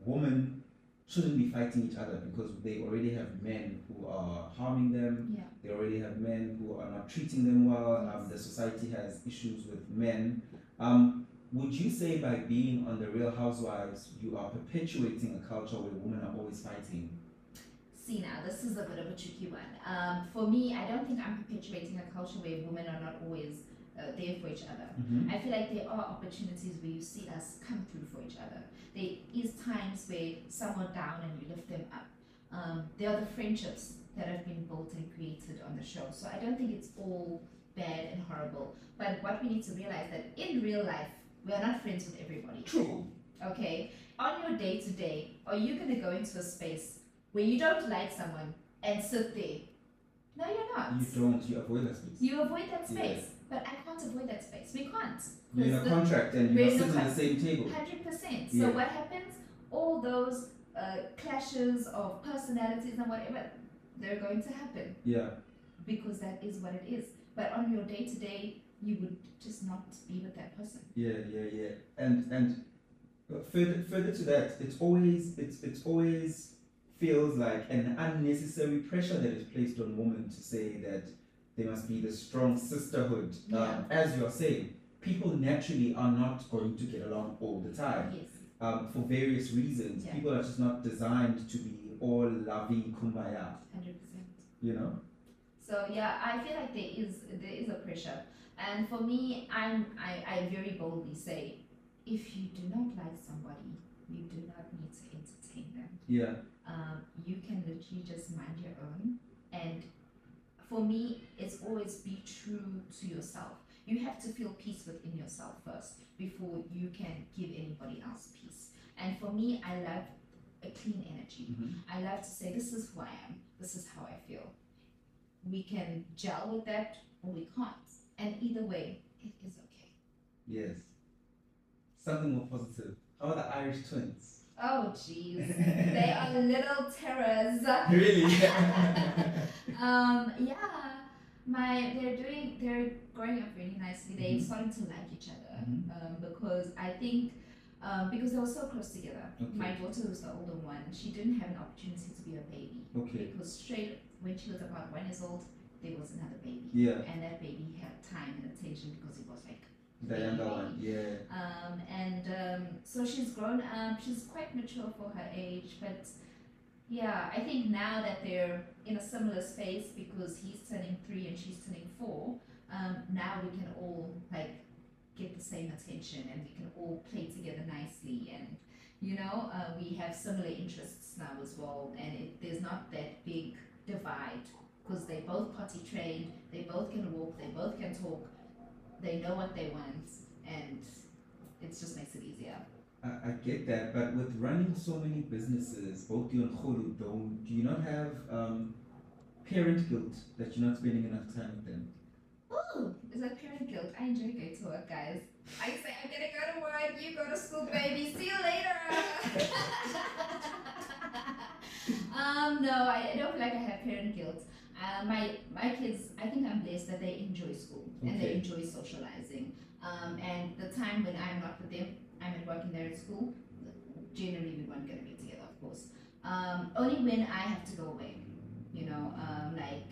[SPEAKER 2] women shouldn't be fighting each other because they already have men who are harming them,
[SPEAKER 1] Yeah.
[SPEAKER 2] they already have men who are not treating them well, um, the society has issues with men. Um, would you say by being on The Real Housewives, you are perpetuating a culture where women are always fighting?
[SPEAKER 1] See now, this is a bit of a tricky one. Um, for me, I don't think I'm perpetuating a culture where women are not always uh, there for each other. I feel like there are opportunities where you see us come through for each other. There is times where someone down and you lift them up. Um, there are the friendships that have been built and created on the show. So I don't think it's all bad and horrible. But what we need to realize that in real life, we are not friends with everybody.
[SPEAKER 2] True.
[SPEAKER 1] Okay, on your day to day, are you gonna go into a space where you don't like someone and sit there? No, you're not.
[SPEAKER 2] You don't, you avoid that space.
[SPEAKER 1] You avoid that
[SPEAKER 2] Yeah.
[SPEAKER 1] space, but I can't avoid that space. We can't.
[SPEAKER 2] You're in a contract and
[SPEAKER 1] We're in
[SPEAKER 2] you are
[SPEAKER 1] a
[SPEAKER 2] sitting on the
[SPEAKER 1] contract.
[SPEAKER 2] same table.
[SPEAKER 1] Hundred percent.
[SPEAKER 2] Yeah.
[SPEAKER 1] So what happens? All those uh, clashes of personalities and whatever, they're going to happen
[SPEAKER 2] Yeah.
[SPEAKER 1] because that is what it is. But on your day to day, you would just not be with that person.
[SPEAKER 2] Yeah, yeah, yeah. And and But further, further to that, it's always it's it's always feels like an unnecessary pressure that is placed on women to say that there must be this strong sisterhood. Um, as you are saying, people naturally are not going to get along all the time
[SPEAKER 1] Yes.
[SPEAKER 2] um, for various reasons.
[SPEAKER 1] Yeah.
[SPEAKER 2] People are just not designed to be all loving kumbaya.
[SPEAKER 1] Hundred percent.
[SPEAKER 2] You know.
[SPEAKER 1] So yeah, I feel like there is there is a pressure, and for me, I'm I, I very boldly say, if you do not like somebody, you do not need to entertain them.
[SPEAKER 2] Yeah.
[SPEAKER 1] Um, you can literally just mind your own, and for me, it's always be true to yourself. You have to feel peace within yourself first before you can give anybody else peace. And for me, I love a clean energy.
[SPEAKER 2] Mhm.
[SPEAKER 1] I love to say, this is who I am, this is how I feel. We can gel with that or we can't. And either way, it is okay.
[SPEAKER 2] Yes. Something more positive. How about the Irish twins?
[SPEAKER 1] Oh, jeez. they are little terrors.
[SPEAKER 2] Really?
[SPEAKER 1] um, yeah. My, they're doing, they're growing up really nicely. They're
[SPEAKER 2] Mhm.
[SPEAKER 1] starting to like each other
[SPEAKER 2] Mhm.
[SPEAKER 1] um, because I think, um, because they were so close together.
[SPEAKER 2] Okay.
[SPEAKER 1] My daughter was the older one. She didn't have an opportunity to be a baby
[SPEAKER 2] okay.
[SPEAKER 1] because straight when she was about one years old, there was another baby.
[SPEAKER 2] Yeah.
[SPEAKER 1] and that baby had time and attention because it was like
[SPEAKER 2] The younger one. Yeah.
[SPEAKER 1] um, and um, so she's grown up she's quite mature for her age but yeah i think now that they're in a similar space because he's turning three and she's turning four um, now we can all like get the same attention and we can all play together nicely and you know uh, we have similar interests now as well and it, there's not that big divide because they both potty trained they both can walk they both can talk they know what they want and it just makes it easier
[SPEAKER 2] I, I get that, but with running so many businesses, both you and Khulu, don't do you not have um, parent guilt that you're not spending enough time with them?
[SPEAKER 1] oh is that parent guilt i enjoy going to work guys i say i'm gonna go to work you go to school baby see you later um no I, I don't feel like i have parent guilt uh, my my kids i think i'm blessed that they enjoy school and they
[SPEAKER 2] Okay.
[SPEAKER 1] enjoy socializing um, and the time when i'm not with them i'm at work and they're at school generally we weren't gonna be together of course um, only when i have to go away you know um, like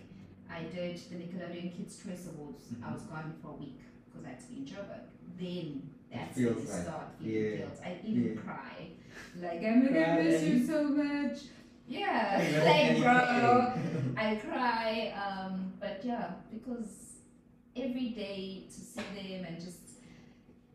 [SPEAKER 1] I did the Nickelodeon Kids Choice Awards.
[SPEAKER 2] Mm-hmm.
[SPEAKER 1] I was gone for a week because I had to be in Joburg. Then that's when
[SPEAKER 2] feels
[SPEAKER 1] you
[SPEAKER 2] like-
[SPEAKER 1] start feeling
[SPEAKER 2] yeah,
[SPEAKER 1] guilt. I even
[SPEAKER 2] yeah.
[SPEAKER 1] cry. Like "Oh I'm gonna miss you
[SPEAKER 2] Crying.
[SPEAKER 1] so much. Yeah,
[SPEAKER 2] Never
[SPEAKER 1] like bro,
[SPEAKER 2] anything.
[SPEAKER 1] I cry. Um, but yeah, because every day to see them and just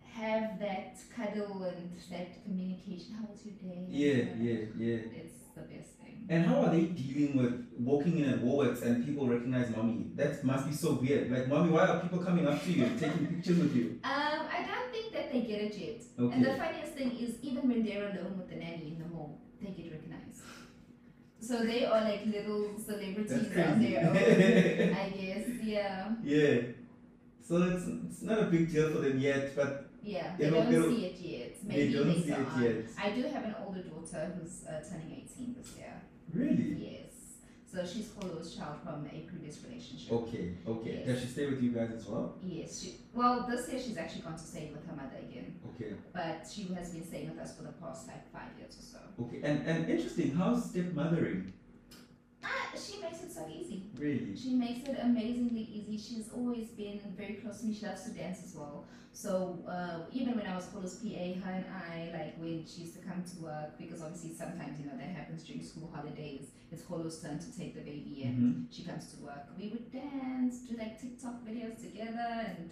[SPEAKER 1] have that cuddle and that communication. How was your day?
[SPEAKER 2] yeah, yeah, yeah.
[SPEAKER 1] It's the best thing.
[SPEAKER 2] And how are they dealing with walking in at Woolworths and people recognize mommy? That must be so weird. Like, mommy, why are people coming up to you and taking pictures with you?
[SPEAKER 1] Um, I don't think that they get it yet.
[SPEAKER 2] Okay.
[SPEAKER 1] And the funniest thing is, even when they're alone with the nanny in the mall, they get recognized. So they are like little celebrities
[SPEAKER 2] That's
[SPEAKER 1] on their
[SPEAKER 2] crazy.
[SPEAKER 1] own, I guess. Yeah,
[SPEAKER 2] yeah. So it's, it's not a big deal for them yet, but
[SPEAKER 1] yeah. They
[SPEAKER 2] They don't-
[SPEAKER 1] don't
[SPEAKER 2] they don't-
[SPEAKER 1] see it yet. Maybe
[SPEAKER 2] they don't
[SPEAKER 1] later
[SPEAKER 2] see it
[SPEAKER 1] on.
[SPEAKER 2] yet.
[SPEAKER 1] I do have an older daughter who's uh, turning 18 this year.
[SPEAKER 2] Really?
[SPEAKER 1] Yes. So she's Kolo's child from a previous relationship.
[SPEAKER 2] Okay, okay.
[SPEAKER 1] Yes.
[SPEAKER 2] Does she stay with you guys as well?
[SPEAKER 1] Yes. She, well, this year she's actually gone to stay with her mother again,
[SPEAKER 2] Okay.
[SPEAKER 1] but she has been staying with us for the past like five years or so.
[SPEAKER 2] Okay, and, and interesting, how's stepmothering?
[SPEAKER 1] Ah, she makes it so easy.
[SPEAKER 2] Really?
[SPEAKER 1] She makes it amazingly easy. She's always been very close to me. She loves to dance as well. So uh, even when I was Polo's PA, her and I, like when she used to come to work, because obviously sometimes you know that happens during school holidays. It's Polo's turn to take the baby, and
[SPEAKER 2] Mm-hmm.
[SPEAKER 1] she comes to work. We would dance, do like TikTok videos together, and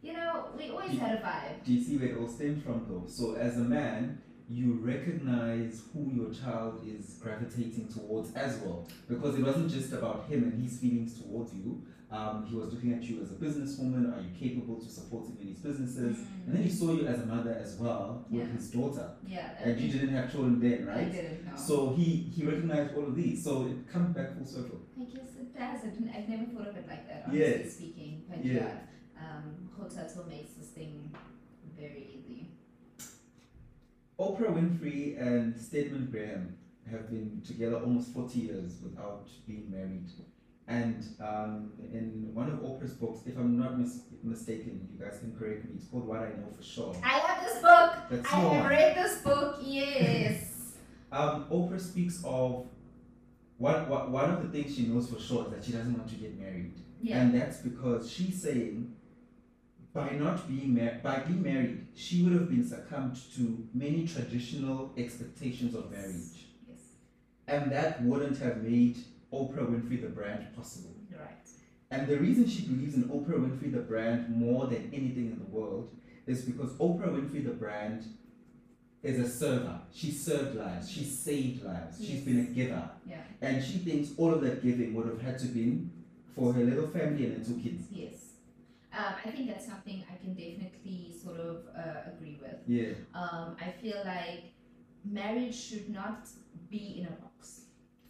[SPEAKER 1] you know we always had a vibe.
[SPEAKER 2] Do you see where it all stems from though? So as a man, you recognize who your child is gravitating towards as well. Because it wasn't just about him and his feelings towards you. Um, he was looking at you as a businesswoman. Are you capable to support him in his businesses?
[SPEAKER 1] Mm.
[SPEAKER 2] And then he saw you as a mother as well with
[SPEAKER 1] Yeah.
[SPEAKER 2] his daughter.
[SPEAKER 1] Yeah,
[SPEAKER 2] And you didn't have children then,
[SPEAKER 1] I
[SPEAKER 2] right?
[SPEAKER 1] didn't know.
[SPEAKER 2] So he, he recognized all of these. So it comes back full circle.
[SPEAKER 1] I guess it does. I didn't, I've never thought of it like that, honestly
[SPEAKER 2] Yeah.
[SPEAKER 1] speaking. But
[SPEAKER 2] Yeah.
[SPEAKER 1] yeah, um, hot turtle makes this thing very easy.
[SPEAKER 2] Oprah Winfrey and Stedman Graham have been together almost 40 years without being married. And um, in one of Oprah's books, if I'm not mis- mistaken, you guys can correct me. It's called What I Know for Sure.
[SPEAKER 1] I have this book.
[SPEAKER 2] That's
[SPEAKER 1] I have
[SPEAKER 2] more.
[SPEAKER 1] read this book. Yes.
[SPEAKER 2] Um, Oprah speaks of one, one one of the things she knows for sure is that she doesn't want to get married.
[SPEAKER 1] yeah.
[SPEAKER 2] And that's because she's saying by not being married, by being married, she would have been succumbed to many traditional expectations of marriage.
[SPEAKER 1] yes.
[SPEAKER 2] And that wouldn't have made Oprah Winfrey the brand possible.
[SPEAKER 1] You're right.
[SPEAKER 2] And the reason she believes in Oprah Winfrey the brand more than anything in the world is because Oprah Winfrey the brand is a server. She served lives. She saved lives. She's
[SPEAKER 1] Yes.
[SPEAKER 2] been a giver.
[SPEAKER 1] Yeah.
[SPEAKER 2] And she thinks all of that giving would have had to been for her little family and her two kids.
[SPEAKER 1] Yes. Um, I think that's something I can definitely sort of uh, agree with.
[SPEAKER 2] Yeah.
[SPEAKER 1] um, I feel like marriage should not be in a box,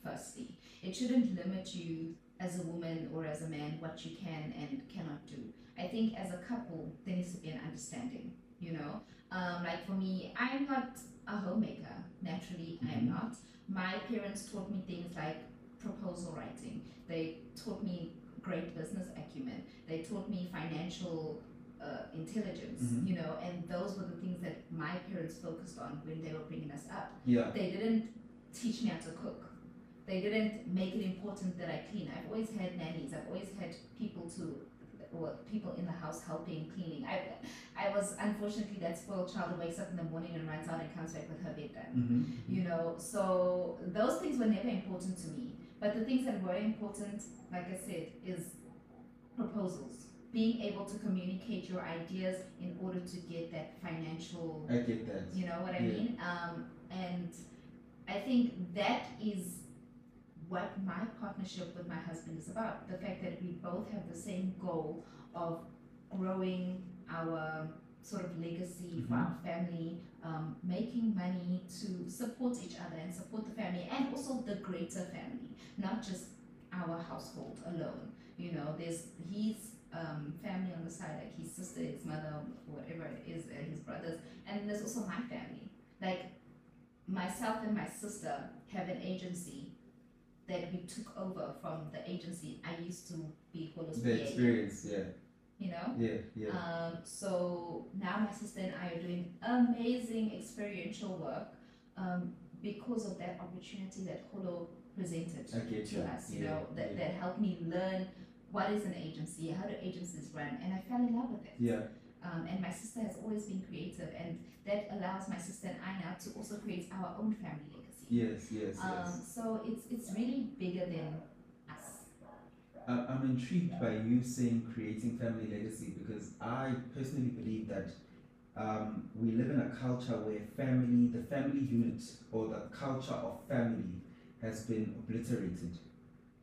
[SPEAKER 1] firstly. It shouldn't limit you as a woman or as a man what you can and cannot do. I think as a couple, there needs to be an understanding, you know? Um, like for me, I'm not a homemaker, naturally, I am not. My parents taught me things like proposal writing, they taught me great business acumen, they taught me financial uh, intelligence,
[SPEAKER 2] Mhm.
[SPEAKER 1] you know, and those were the things that my parents focused on when they were bringing us up.
[SPEAKER 2] Yeah.
[SPEAKER 1] They didn't teach me how to cook. They didn't make it important that I clean. I've always had nannies. I've always had people to, well, people in the house helping cleaning. I, I was unfortunately that spoiled child who wakes up in the morning and runs out and comes back with her bed done
[SPEAKER 2] hmm
[SPEAKER 1] you know so those things were never important to me but the things that were important like i said is proposals being able to communicate your ideas in order to get that financial
[SPEAKER 2] I get that.
[SPEAKER 1] you know what I
[SPEAKER 2] Yeah.
[SPEAKER 1] mean? Um, and I think that is what my partnership with my husband is about. The fact that we both have the same goal of growing our sort of legacy for
[SPEAKER 2] Mhm.
[SPEAKER 1] our family, um, making money to support each other and support the family and also the greater family, not just our household alone. You know, there's his um, family on the side, like his sister, his mother, whatever it is, and his brothers and there's also my family. Like myself and my sister have an agency that we took over from the agency I used to be Holos
[SPEAKER 2] The experience. Yeah.
[SPEAKER 1] you know.
[SPEAKER 2] Yeah. Yeah.
[SPEAKER 1] Um, so now my sister and I are doing amazing experiential work um, because of that opportunity that Holo presented
[SPEAKER 2] I get
[SPEAKER 1] to
[SPEAKER 2] you.
[SPEAKER 1] us, you
[SPEAKER 2] Yeah,
[SPEAKER 1] know, that,
[SPEAKER 2] yeah.
[SPEAKER 1] that helped me learn what is an agency, how do agencies run, and I fell in love with it
[SPEAKER 2] yeah.
[SPEAKER 1] um, and my sister has always been creative, and that allows my sister and I now to also create our own family legacy.
[SPEAKER 2] Yes. Yes.
[SPEAKER 1] Um,
[SPEAKER 2] yes.
[SPEAKER 1] so it's it's really bigger than us.
[SPEAKER 2] I- I'm intrigued by you saying creating family legacy because I personally believe that um, we live in a culture where family, the family unit or the culture of family has been obliterated.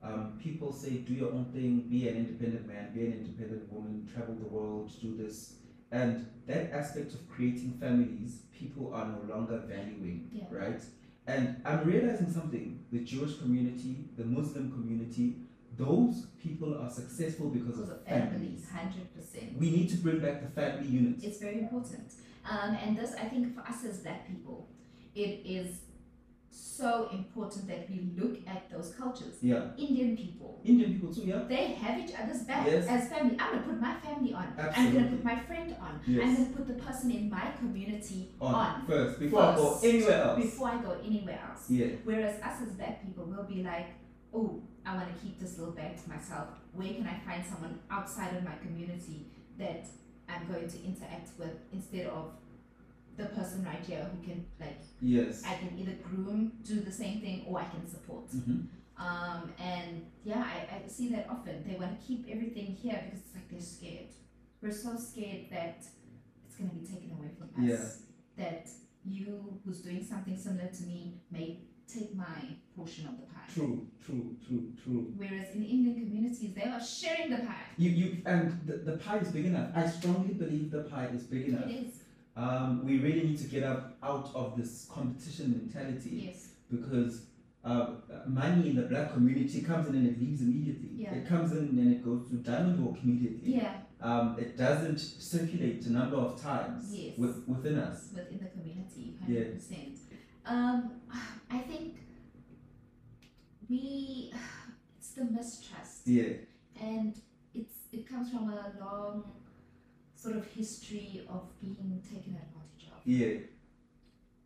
[SPEAKER 2] Um, people say, do your own thing, be an independent man, be an independent woman, travel the world, do this. And that aspect of creating families, people are no longer valuing,
[SPEAKER 1] Yeah.
[SPEAKER 2] right? And I'm realizing something the Jewish community, the Muslim community, those people are successful because
[SPEAKER 1] Because
[SPEAKER 2] of
[SPEAKER 1] of families,
[SPEAKER 2] families.
[SPEAKER 1] hundred percent.
[SPEAKER 2] We need to bring back the family unit.
[SPEAKER 1] It's very important. Um, and this, I think, for us as Black people, it is so important that we look at those cultures.
[SPEAKER 2] Yeah.
[SPEAKER 1] Indian people,
[SPEAKER 2] Indian people too, yeah?
[SPEAKER 1] they have each other's back
[SPEAKER 2] Yes.
[SPEAKER 1] as family. I'm gonna put my family on. I'm gonna
[SPEAKER 2] Absolutely.
[SPEAKER 1] put my friend on. I'm
[SPEAKER 2] Yes.
[SPEAKER 1] gonna put the person in my community
[SPEAKER 2] On, first, before I go
[SPEAKER 1] first,
[SPEAKER 2] anywhere else.
[SPEAKER 1] Before I go anywhere else.
[SPEAKER 2] yeah.
[SPEAKER 1] Whereas us as black people will be like, oh, I want to keep this little bag to myself. Where can I find someone outside of my community that I'm going to interact with instead of the person right here who can like
[SPEAKER 2] Yes.
[SPEAKER 1] I can either groom, do the same thing, or I can support.
[SPEAKER 2] Mhm.
[SPEAKER 1] Um, and yeah, I, I see that often. They want to keep everything here because it's like they're scared. We're so scared that it's going to be taken away from us. That you, who's doing something similar to me, may take my portion of the pie.
[SPEAKER 2] True, true, true, true.
[SPEAKER 1] Whereas in Indian communities, they are sharing the pie.
[SPEAKER 2] You, you, and the, the pie is big enough. I strongly believe the pie is big enough.
[SPEAKER 1] It is,
[SPEAKER 2] Um, we really need to get up out of this competition mentality.
[SPEAKER 1] yes.
[SPEAKER 2] because uh, money in the black community comes in and it leaves immediately.
[SPEAKER 1] Yeah.
[SPEAKER 2] It comes in and it goes to diamond walk immediately.
[SPEAKER 1] Yeah,
[SPEAKER 2] Um, it doesn't circulate a number of times
[SPEAKER 1] Yes.
[SPEAKER 2] with, within us.
[SPEAKER 1] within the community,
[SPEAKER 2] Yeah.
[SPEAKER 1] 100%. Um, I think we, it's the mistrust,
[SPEAKER 2] Yeah.
[SPEAKER 1] and it's it comes from a long sort of history of being taken advantage of,
[SPEAKER 2] Yeah.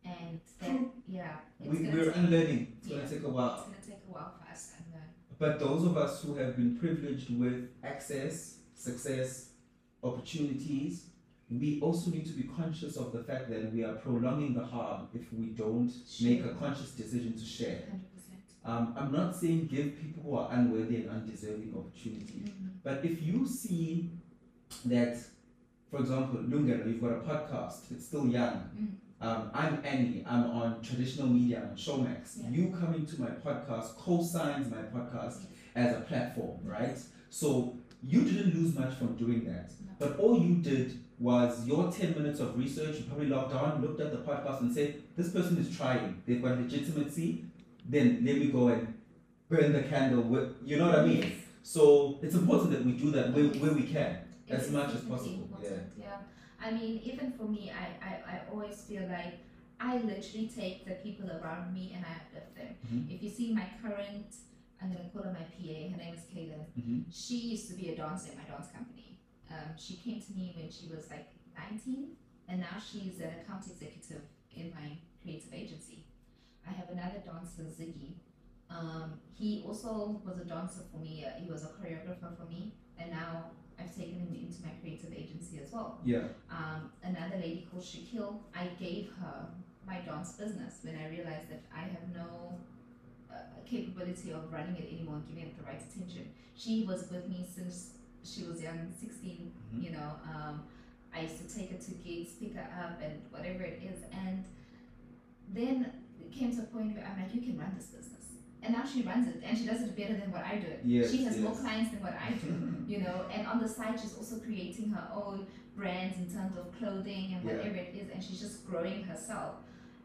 [SPEAKER 1] and that, yeah, it's
[SPEAKER 2] We,
[SPEAKER 1] gonna
[SPEAKER 2] we're
[SPEAKER 1] take,
[SPEAKER 2] unlearning. It's
[SPEAKER 1] Yeah.
[SPEAKER 2] going to take a
[SPEAKER 1] it's
[SPEAKER 2] while.
[SPEAKER 1] gonna take a while for us to unlearn.
[SPEAKER 2] But those of us who have been privileged with access, success, opportunities, we also need to be conscious of the fact that we are prolonging the harm if we don't make a
[SPEAKER 1] Sure.
[SPEAKER 2] conscious decision to share.
[SPEAKER 1] Hundred percent.
[SPEAKER 2] Um, I'm not saying give people who are unworthy and undeserving
[SPEAKER 1] Mm.
[SPEAKER 2] opportunities, but if you see that, for example, Lungelo, you've got a podcast, it's still young. Um, I'm Annie, I'm on traditional media, I'm on Showmax.
[SPEAKER 1] Yeah.
[SPEAKER 2] You coming to my podcast co signs my podcast as a platform, right? So you didn't lose much from doing that, but all you did was your 10 minutes of research. You probably logged on, looked at the podcast, and said, This person is trying, they've got legitimacy then let me go and burn the candle with you know what I mean? So it's important that we do that where, where we can,
[SPEAKER 1] It's
[SPEAKER 2] as much as
[SPEAKER 1] definitely
[SPEAKER 2] possible. Yeah.
[SPEAKER 1] important, yeah. I mean, even for me, I, I, I always feel like I literally take the people around me and I uplift them.
[SPEAKER 2] Mm-hmm.
[SPEAKER 1] If you see my current, I'm going to call her my PA, her name is Kayla.
[SPEAKER 2] Mhm.
[SPEAKER 1] She used to be a dancer at my dance company. Um, she came to me when she was like 19, and now she's an account executive in my creative agency. I have another dancer, Ziggy. Um, he also was a dancer for me, uh, he was a choreographer for me, and now I've taken him into my creative agency as well.
[SPEAKER 2] Yeah.
[SPEAKER 1] Um, another lady called Shaquille, I gave her my dance business when I realized that I have no uh, capability of running it anymore and giving it the right attention. She was with me since she was young, 16,
[SPEAKER 2] Mm-hmm.
[SPEAKER 1] you know. Um, I used to take her to gigs, pick her up, and whatever it is. And then it came to a point where I'm like, you can run this business. And now she runs it, and she does it better than what I do. it.
[SPEAKER 2] Yes,
[SPEAKER 1] she has more
[SPEAKER 2] yes.
[SPEAKER 1] clients than what I do, you know. And on the side, she's also creating her own brands in terms of clothing and
[SPEAKER 2] Yeah.
[SPEAKER 1] whatever it is, and she's just growing herself.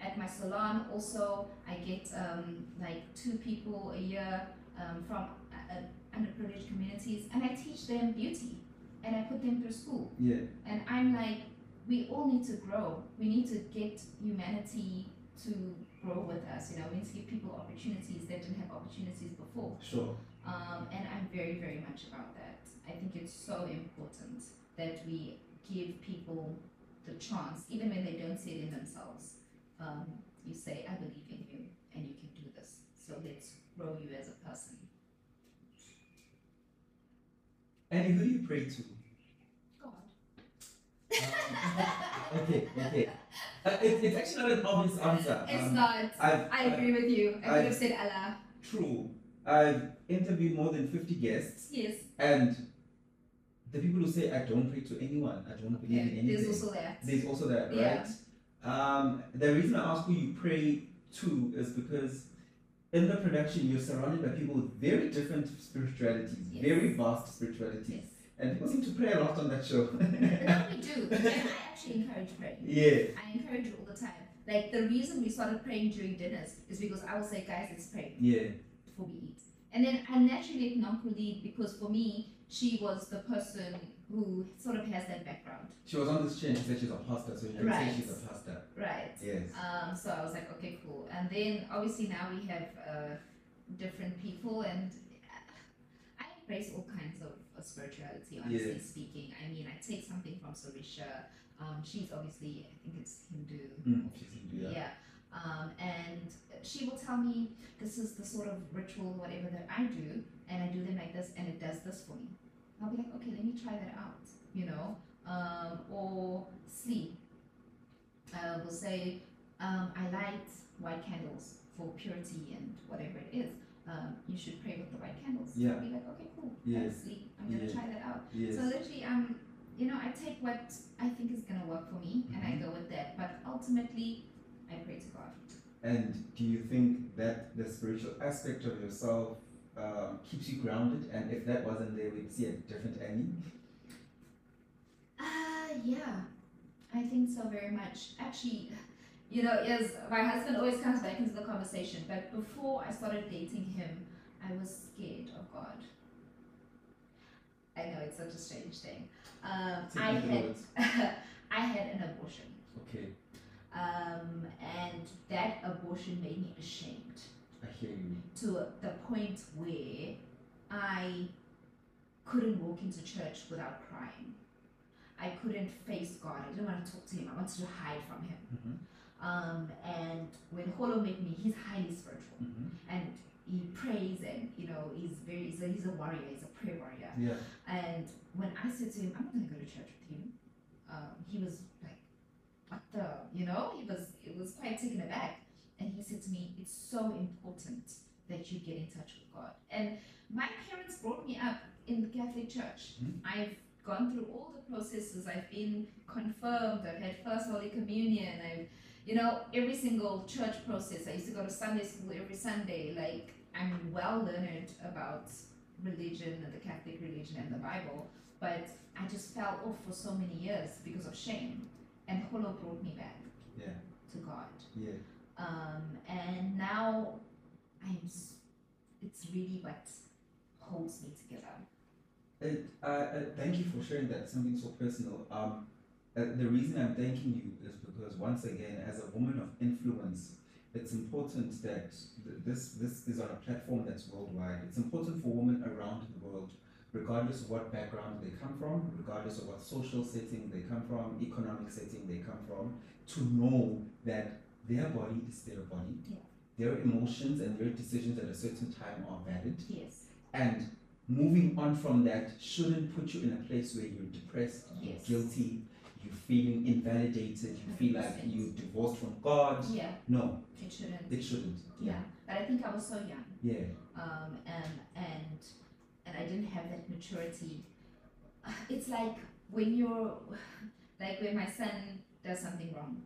[SPEAKER 1] At my salon, also, I get um, like two people a year um, from uh, uh, underprivileged communities, and I teach them beauty, and I put them through school.
[SPEAKER 2] Yeah.
[SPEAKER 1] And I'm like, we all need to grow. We need to get humanity to grow with us. You know, we need to give people opportunities that didn't have opportunities before.
[SPEAKER 2] Sure.
[SPEAKER 1] Um, and I'm very, very much about that. I think it's so important that we give people the chance, even when they don't see it in themselves. Um, you say, I believe in you and you can do this. So let's grow you as a person.
[SPEAKER 2] Annie, who do you pray to?
[SPEAKER 1] God.
[SPEAKER 2] Um, okay. Okay. Uh, it, it's actually not an obvious answer.
[SPEAKER 1] It's
[SPEAKER 2] Um,
[SPEAKER 1] not.
[SPEAKER 2] I've,
[SPEAKER 1] I agree with you. I
[SPEAKER 2] I-
[SPEAKER 1] would have said Allah.
[SPEAKER 2] True. I've interviewed more than 50 guests,
[SPEAKER 1] Yes.
[SPEAKER 2] and the people who say, I don't pray to anyone, I don't believe in
[SPEAKER 1] Okay.
[SPEAKER 2] anything.
[SPEAKER 1] There's also that.
[SPEAKER 2] There's also that,
[SPEAKER 1] Yeah.
[SPEAKER 2] right? Um, the reason I ask who you pray to is because in the production you're surrounded by people with very different spiritualities,
[SPEAKER 1] Yes.
[SPEAKER 2] very vast spiritualities,
[SPEAKER 1] Yes.
[SPEAKER 2] and people seem to pray a lot on that show.
[SPEAKER 1] Now we do. And I actually encourage praying.
[SPEAKER 2] yeah,
[SPEAKER 1] I encourage it all the time. Like the reason we started praying during dinners is because I will say, guys, let's pray
[SPEAKER 2] yeah,
[SPEAKER 1] before we eat. And then I naturally pick Nanku lead because for me, she was the person who sort of has that background.
[SPEAKER 2] she was on this chair and she said she's a pastor, so you can
[SPEAKER 1] Right.
[SPEAKER 2] say she's a pastor.
[SPEAKER 1] Right.
[SPEAKER 2] Yes.
[SPEAKER 1] Um, so I was like, okay, cool. And then obviously now we have uh, different people, and uh, I embrace all kinds of, of spirituality. Honestly
[SPEAKER 2] Yeah.
[SPEAKER 1] speaking, I mean, I take something from Sarisha. Um, she's obviously, I think it's Hindu.
[SPEAKER 2] Mm, she's Hindu, yeah.
[SPEAKER 1] Yeah. Um, and she will tell me this is the sort of ritual, whatever that I do, and I do them like this, and it does this for me. I'll be like, okay, let me try that out, you know? Um, or sleep. Uh, will say, um, I light white candles for purity and whatever it is. Um, you should pray with the white candles.
[SPEAKER 2] Yeah.
[SPEAKER 1] I'll be like, okay, cool.
[SPEAKER 2] Yes.
[SPEAKER 1] Sleep. I'm going to
[SPEAKER 2] Yeah.
[SPEAKER 1] try that out.
[SPEAKER 2] Yes.
[SPEAKER 1] So literally, um, you know, I take what I think is gonna work for me, and
[SPEAKER 2] Mm-hmm.
[SPEAKER 1] I go with that. But ultimately, I pray to God.
[SPEAKER 2] And do you think that the spiritual aspect of yourself um, keeps you grounded? And if that wasn't there, we'd see a different Annie.
[SPEAKER 1] Uh, yeah, I think so very much. Actually, you know, yes, my husband always comes back into the conversation. But before I started dating him, I was scared of God. I know it's such a strange thing. Um,
[SPEAKER 2] Take
[SPEAKER 1] I
[SPEAKER 2] me through
[SPEAKER 1] had I had an abortion.
[SPEAKER 2] Okay,
[SPEAKER 1] Um, and that abortion made me ashamed.
[SPEAKER 2] I hear you.
[SPEAKER 1] to the point where I couldn't walk into church without crying. I couldn't face God. I didn't want to talk to him. I wanted to hide from him. Um, and when Holo met me, he's highly spiritual
[SPEAKER 2] Hmm.
[SPEAKER 1] and he prays and you know he's very he's a, he's a warrior. He's a prayer warrior.
[SPEAKER 2] Yeah.
[SPEAKER 1] And when I said to him, I'm not gonna go to church with you, um, he was like, what the, you know, he was it was quite taken aback. And he said to me, it's so important that you get in touch with God. And my parents brought me up in the Catholic Church. I've gone through all the processes. I've been confirmed. I've had first Holy Communion. I've, you know, every single church process. I used to go to Sunday school every Sunday. Like I'm well learned about religion and the Catholic religion and the Bible, but I just fell off for so many years because of shame. And Holo brought me back
[SPEAKER 2] Yeah.
[SPEAKER 1] to God.
[SPEAKER 2] Yeah.
[SPEAKER 1] Um, and now I'm, s- it's really what holds me together.
[SPEAKER 2] It, uh, uh, thank you for sharing that, something so personal. Um, uh, the reason I'm thanking you is because, once again, as a woman of influence, it's important that th- this, this is on a platform that's worldwide. It's important for women around the world, regardless of what background they come from, regardless of what social setting they come from, economic setting they come from, to know that their body is their body.
[SPEAKER 1] Yeah.
[SPEAKER 2] Their emotions and their decisions at a certain time are valid
[SPEAKER 1] Yes,
[SPEAKER 2] and moving on from that shouldn't put you in a place where you're depressed, you're
[SPEAKER 1] Yes.
[SPEAKER 2] guilty, you're feeling invalidated, you feel
[SPEAKER 1] 100%.
[SPEAKER 2] like you're divorced from God.
[SPEAKER 1] yeah,
[SPEAKER 2] No,
[SPEAKER 1] it shouldn't.
[SPEAKER 2] it shouldn't.
[SPEAKER 1] yeah, but I think I was so young.
[SPEAKER 2] Yeah.
[SPEAKER 1] um, and and and I didn't have that maturity. It's like when you're like when my son does something wrong,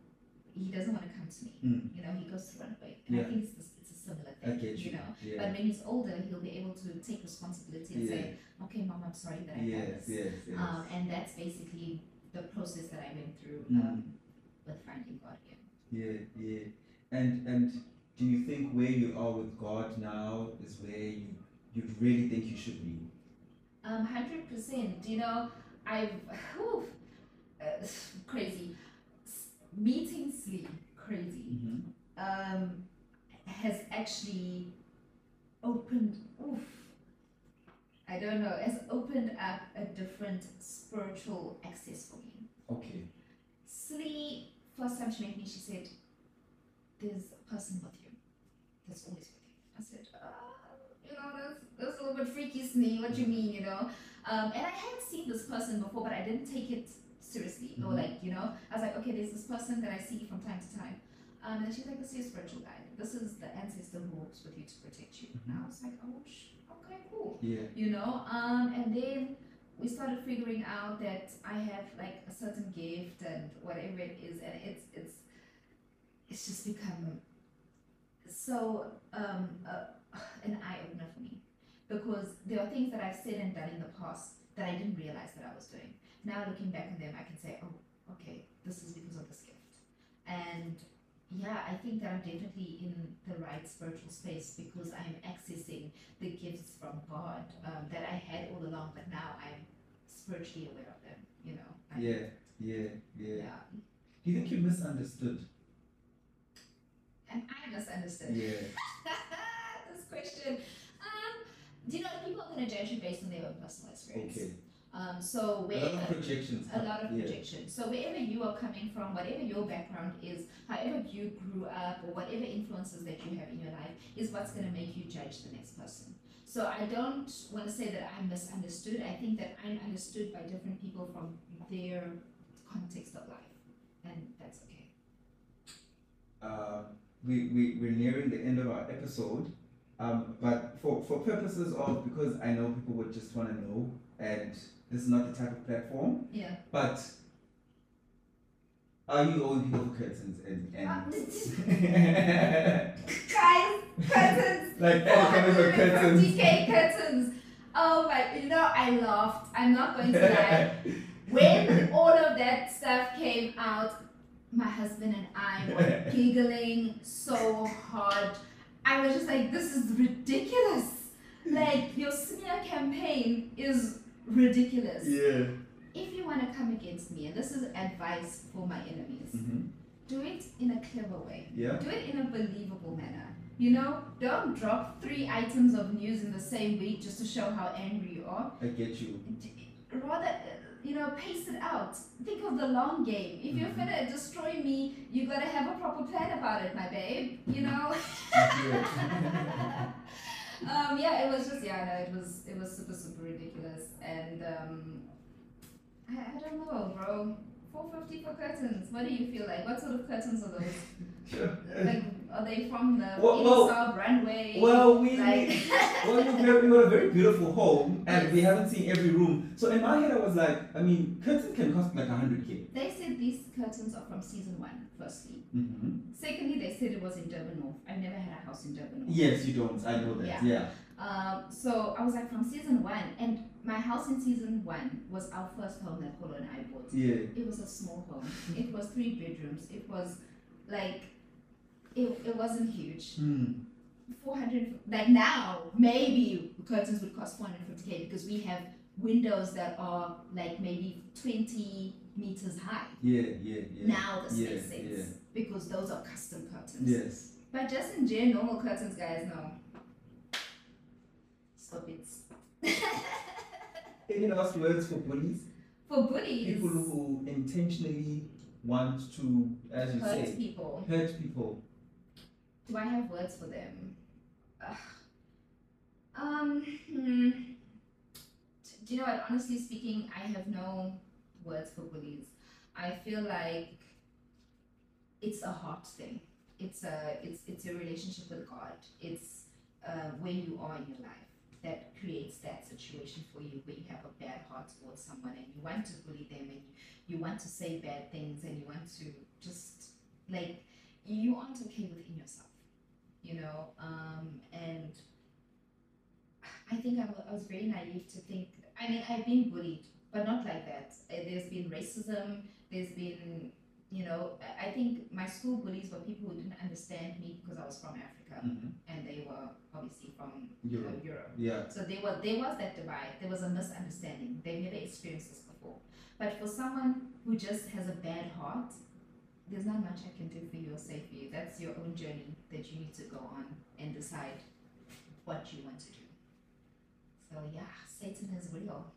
[SPEAKER 1] he doesn't want to come to me.
[SPEAKER 2] Mm.
[SPEAKER 1] You know, he goes to run away, and I
[SPEAKER 2] Yeah.
[SPEAKER 1] think it's, this, it's a similar
[SPEAKER 2] I
[SPEAKER 1] thing.
[SPEAKER 2] get you.
[SPEAKER 1] know,
[SPEAKER 2] Yeah.
[SPEAKER 1] but when he's older, he'll be able to take responsibility and say, "Okay, mom, I'm sorry that I
[SPEAKER 2] yes,
[SPEAKER 1] done this."
[SPEAKER 2] yes, yes.
[SPEAKER 1] Um, and that's basically the process that I went through
[SPEAKER 2] Mm.
[SPEAKER 1] um, with finding God again.
[SPEAKER 2] Yeah, yeah. And and do you think where you are with God now is where you you really think you should be?
[SPEAKER 1] Um, hundred percent. You know, I've whew, uh, crazy S- meeting sleep crazy
[SPEAKER 2] Mm-hmm.
[SPEAKER 1] um, has actually opened. Oof, I don't know. Has opened up a different spiritual access for me.
[SPEAKER 2] Okay.
[SPEAKER 1] Sleep. First time she met me, she said, "There's a person with you. That's always with you." I said, ah, "You know, that's that's a little bit freaky, Snee. What you mean, you know?" Um, and I had seen this person before, but I didn't take it seriously or
[SPEAKER 2] Mhm.
[SPEAKER 1] like you know. I was like, "Okay, there's this person that I see from time to time." Um, and she's like, "This is your spiritual guide. This is the ancestor who walks with you to protect you." And I was like, "Oh, sh- okay, cool."
[SPEAKER 2] Yeah.
[SPEAKER 1] you know um and then we started figuring out that i have like a certain gift and whatever it is and it's it's it's just become so um uh, an eye-opener for me because there are things that i've said and done in the past that i didn't realize that i was doing now looking back on them i can say oh okay this is because of this gift and yeah i think that i'm definitely in the right spiritual space because i'm accessing the gifts from God um, that I had all along, but now I'm spiritually aware of them. You know. I'm-
[SPEAKER 2] Yeah. Yeah. Yeah.
[SPEAKER 1] Yeah.
[SPEAKER 2] Do you think you misunderstood?
[SPEAKER 1] And I misunderstood.
[SPEAKER 2] Yeah.
[SPEAKER 1] this question. Um, do you know people are gonna judge you based on their own personal experience?
[SPEAKER 2] Okay.
[SPEAKER 1] Um, so
[SPEAKER 2] A lot of
[SPEAKER 1] wherever
[SPEAKER 2] projections.
[SPEAKER 1] a lot of
[SPEAKER 2] yeah.
[SPEAKER 1] projection. So wherever you are coming from, whatever your background is, however you grew up, or whatever influences that you have in your life, is what's going to make you judge the next person. So I don't want to say that I'm misunderstood. I think that I'm understood by different people from their context of life, and that's okay.
[SPEAKER 2] uh, we, we, we're nearing the end of our episode. Um, but for, for purposes of, because I know people would just want to know, and this is not the type of platform,
[SPEAKER 1] Yeah.
[SPEAKER 2] but are you all people for curtains and.
[SPEAKER 1] Um,
[SPEAKER 2] and
[SPEAKER 1] Ah. Guys, curtains.
[SPEAKER 2] like, kind of a curtains.
[SPEAKER 1] 450k curtains. Oh my! You know, I laughed. I'm not going to lie. when all of that stuff came out, my husband and I were giggling so hard. I was just like, this is ridiculous. Like, your smear campaign is ridiculous.
[SPEAKER 2] yeah.
[SPEAKER 1] If you want to come against me, and this is advice for my enemies,
[SPEAKER 2] hmm
[SPEAKER 1] do it in a clever way.
[SPEAKER 2] Yeah.
[SPEAKER 1] Do it in a believable manner. You know, don't drop three items of news in the same week just to show how angry you are.
[SPEAKER 2] I get you.
[SPEAKER 1] D- Rather, uh, you know, pace it out. Think of the long game. If
[SPEAKER 2] Mm-hmm.
[SPEAKER 1] you're gonna destroy me, you gotta have a proper plan about it, my babe. You know. um, yeah, it was just yeah, no, it was it was super super ridiculous, and um, I, I don't know, bro. Four fifty for curtains. What do you feel like? What sort of curtains are those? like, are they from the
[SPEAKER 2] Well,
[SPEAKER 1] well,
[SPEAKER 2] well-
[SPEAKER 1] runway?
[SPEAKER 2] Well, we,
[SPEAKER 1] like,
[SPEAKER 2] we well, look, we have, we got a very beautiful home, and we haven't seen every room. So in my head, I was like, I mean, curtains can cost like hundred k.
[SPEAKER 1] they said these curtains are from season one. Firstly,
[SPEAKER 2] Mm-hmm.
[SPEAKER 1] secondly, they said it was in Durban North. I've never had a house in Durban North.
[SPEAKER 2] Yes, you don't. I know that.
[SPEAKER 1] Yeah.
[SPEAKER 2] Yeah.
[SPEAKER 1] Um, so I was like from season one, and my house in season one was our first home that Polo and I bought.
[SPEAKER 2] Yeah.
[SPEAKER 1] It was a small home. It was three bedrooms. It was like it, it wasn't huge.
[SPEAKER 2] Hmm.
[SPEAKER 1] 400 like now maybe curtains would cost 450k because we have windows that are like maybe 20 meters high
[SPEAKER 2] Yeah. Yeah. Yeah.
[SPEAKER 1] now the
[SPEAKER 2] Yeah,
[SPEAKER 1] space is
[SPEAKER 2] yeah.
[SPEAKER 1] because those are custom curtains
[SPEAKER 2] Yes.
[SPEAKER 1] but just in general normal curtains guys no stop it
[SPEAKER 2] Any last words for bullies?
[SPEAKER 1] for bullies
[SPEAKER 2] People who intentionally want to, as you
[SPEAKER 1] hurt
[SPEAKER 2] say,
[SPEAKER 1] people
[SPEAKER 2] hurt people.
[SPEAKER 1] do I have words for them? Ugh. Um, hmm. T- do you know what? Honestly speaking, I have no words for bullies. I feel like it's a heart thing. It's a it's it's your relationship with God. It's uh, where you are in your life that creates that situation for you where you have a bad heart towards someone and you want to bully them and you want to say bad things and you want to just like you aren't okay within yourself, you know. Um, and I think I wa- I was very naive to think. I mean, I've been bullied, but not like that. Uh, There's been racism. There's been, you know, I- I think my school bullies were people who didn't understand me because I was from Africa
[SPEAKER 2] Mhm.
[SPEAKER 1] and they were obviously from
[SPEAKER 2] Europe.
[SPEAKER 1] From Europe.
[SPEAKER 2] Yeah.
[SPEAKER 1] So there was there was that divide. There was a misunderstanding. They've never experienced this before. But for someone who just has a bad heart, there's not much I can do for you or say for you. That's your own journey that you need to go on and decide what you want to do. So yeah, Satan is real.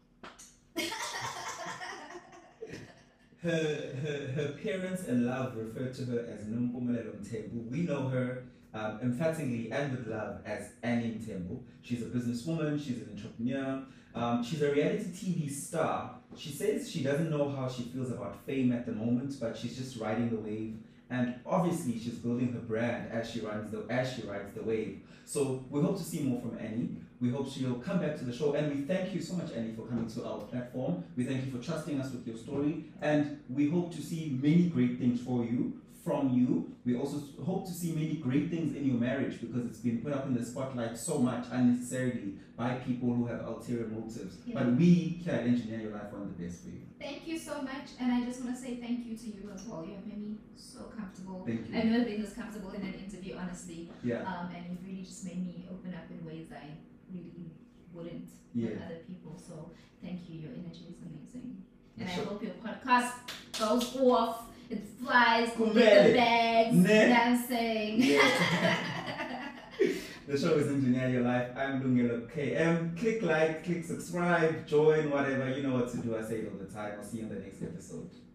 [SPEAKER 2] Her, her, her parents in love refer to her as Numpumelelo Mtembu. We know her um, emphatically and with love as Annie Mtembu. She's a businesswoman, she's an entrepreneur, um, she's a reality TV star. She says she doesn't know how she feels about fame at the moment, but she's just riding the wave. And obviously, she's building her brand as she runs the as she rides the wave. So we hope to see more from Annie. We hope she'll come back to the show. And we thank you so much, Annie, for coming to our platform. We thank you for trusting us with your story. And we hope to see many great things for you, from you. We also s- hope to see many great things in your marriage because it's been put up in the spotlight so much unnecessarily by people who have ulterior motives.
[SPEAKER 1] Yeah.
[SPEAKER 2] But we here at Engineer Your Life want the best for you.
[SPEAKER 1] Thank you so much, and I just want to say thank you to you as well. You have made me so comfortable.
[SPEAKER 2] Thank you.
[SPEAKER 1] I've never been this comfortable in an interview, honestly.
[SPEAKER 2] Yeah.
[SPEAKER 1] Um, and you've really just made me open up in ways I really wouldn't with
[SPEAKER 2] Yeah.
[SPEAKER 1] other people. So thank you. Your energy is amazing. And I
[SPEAKER 2] Sure.
[SPEAKER 1] hope your podcast goes off. It flies, with
[SPEAKER 2] Kumele.
[SPEAKER 1] the bags,
[SPEAKER 2] Ne.
[SPEAKER 1] dancing.
[SPEAKER 2] Yeah. The show is Engineer Your Life. I'm Lungelo KM. Click like, click subscribe, join, whatever. You know what to do. I say it all the time. I'll see you in the next episode.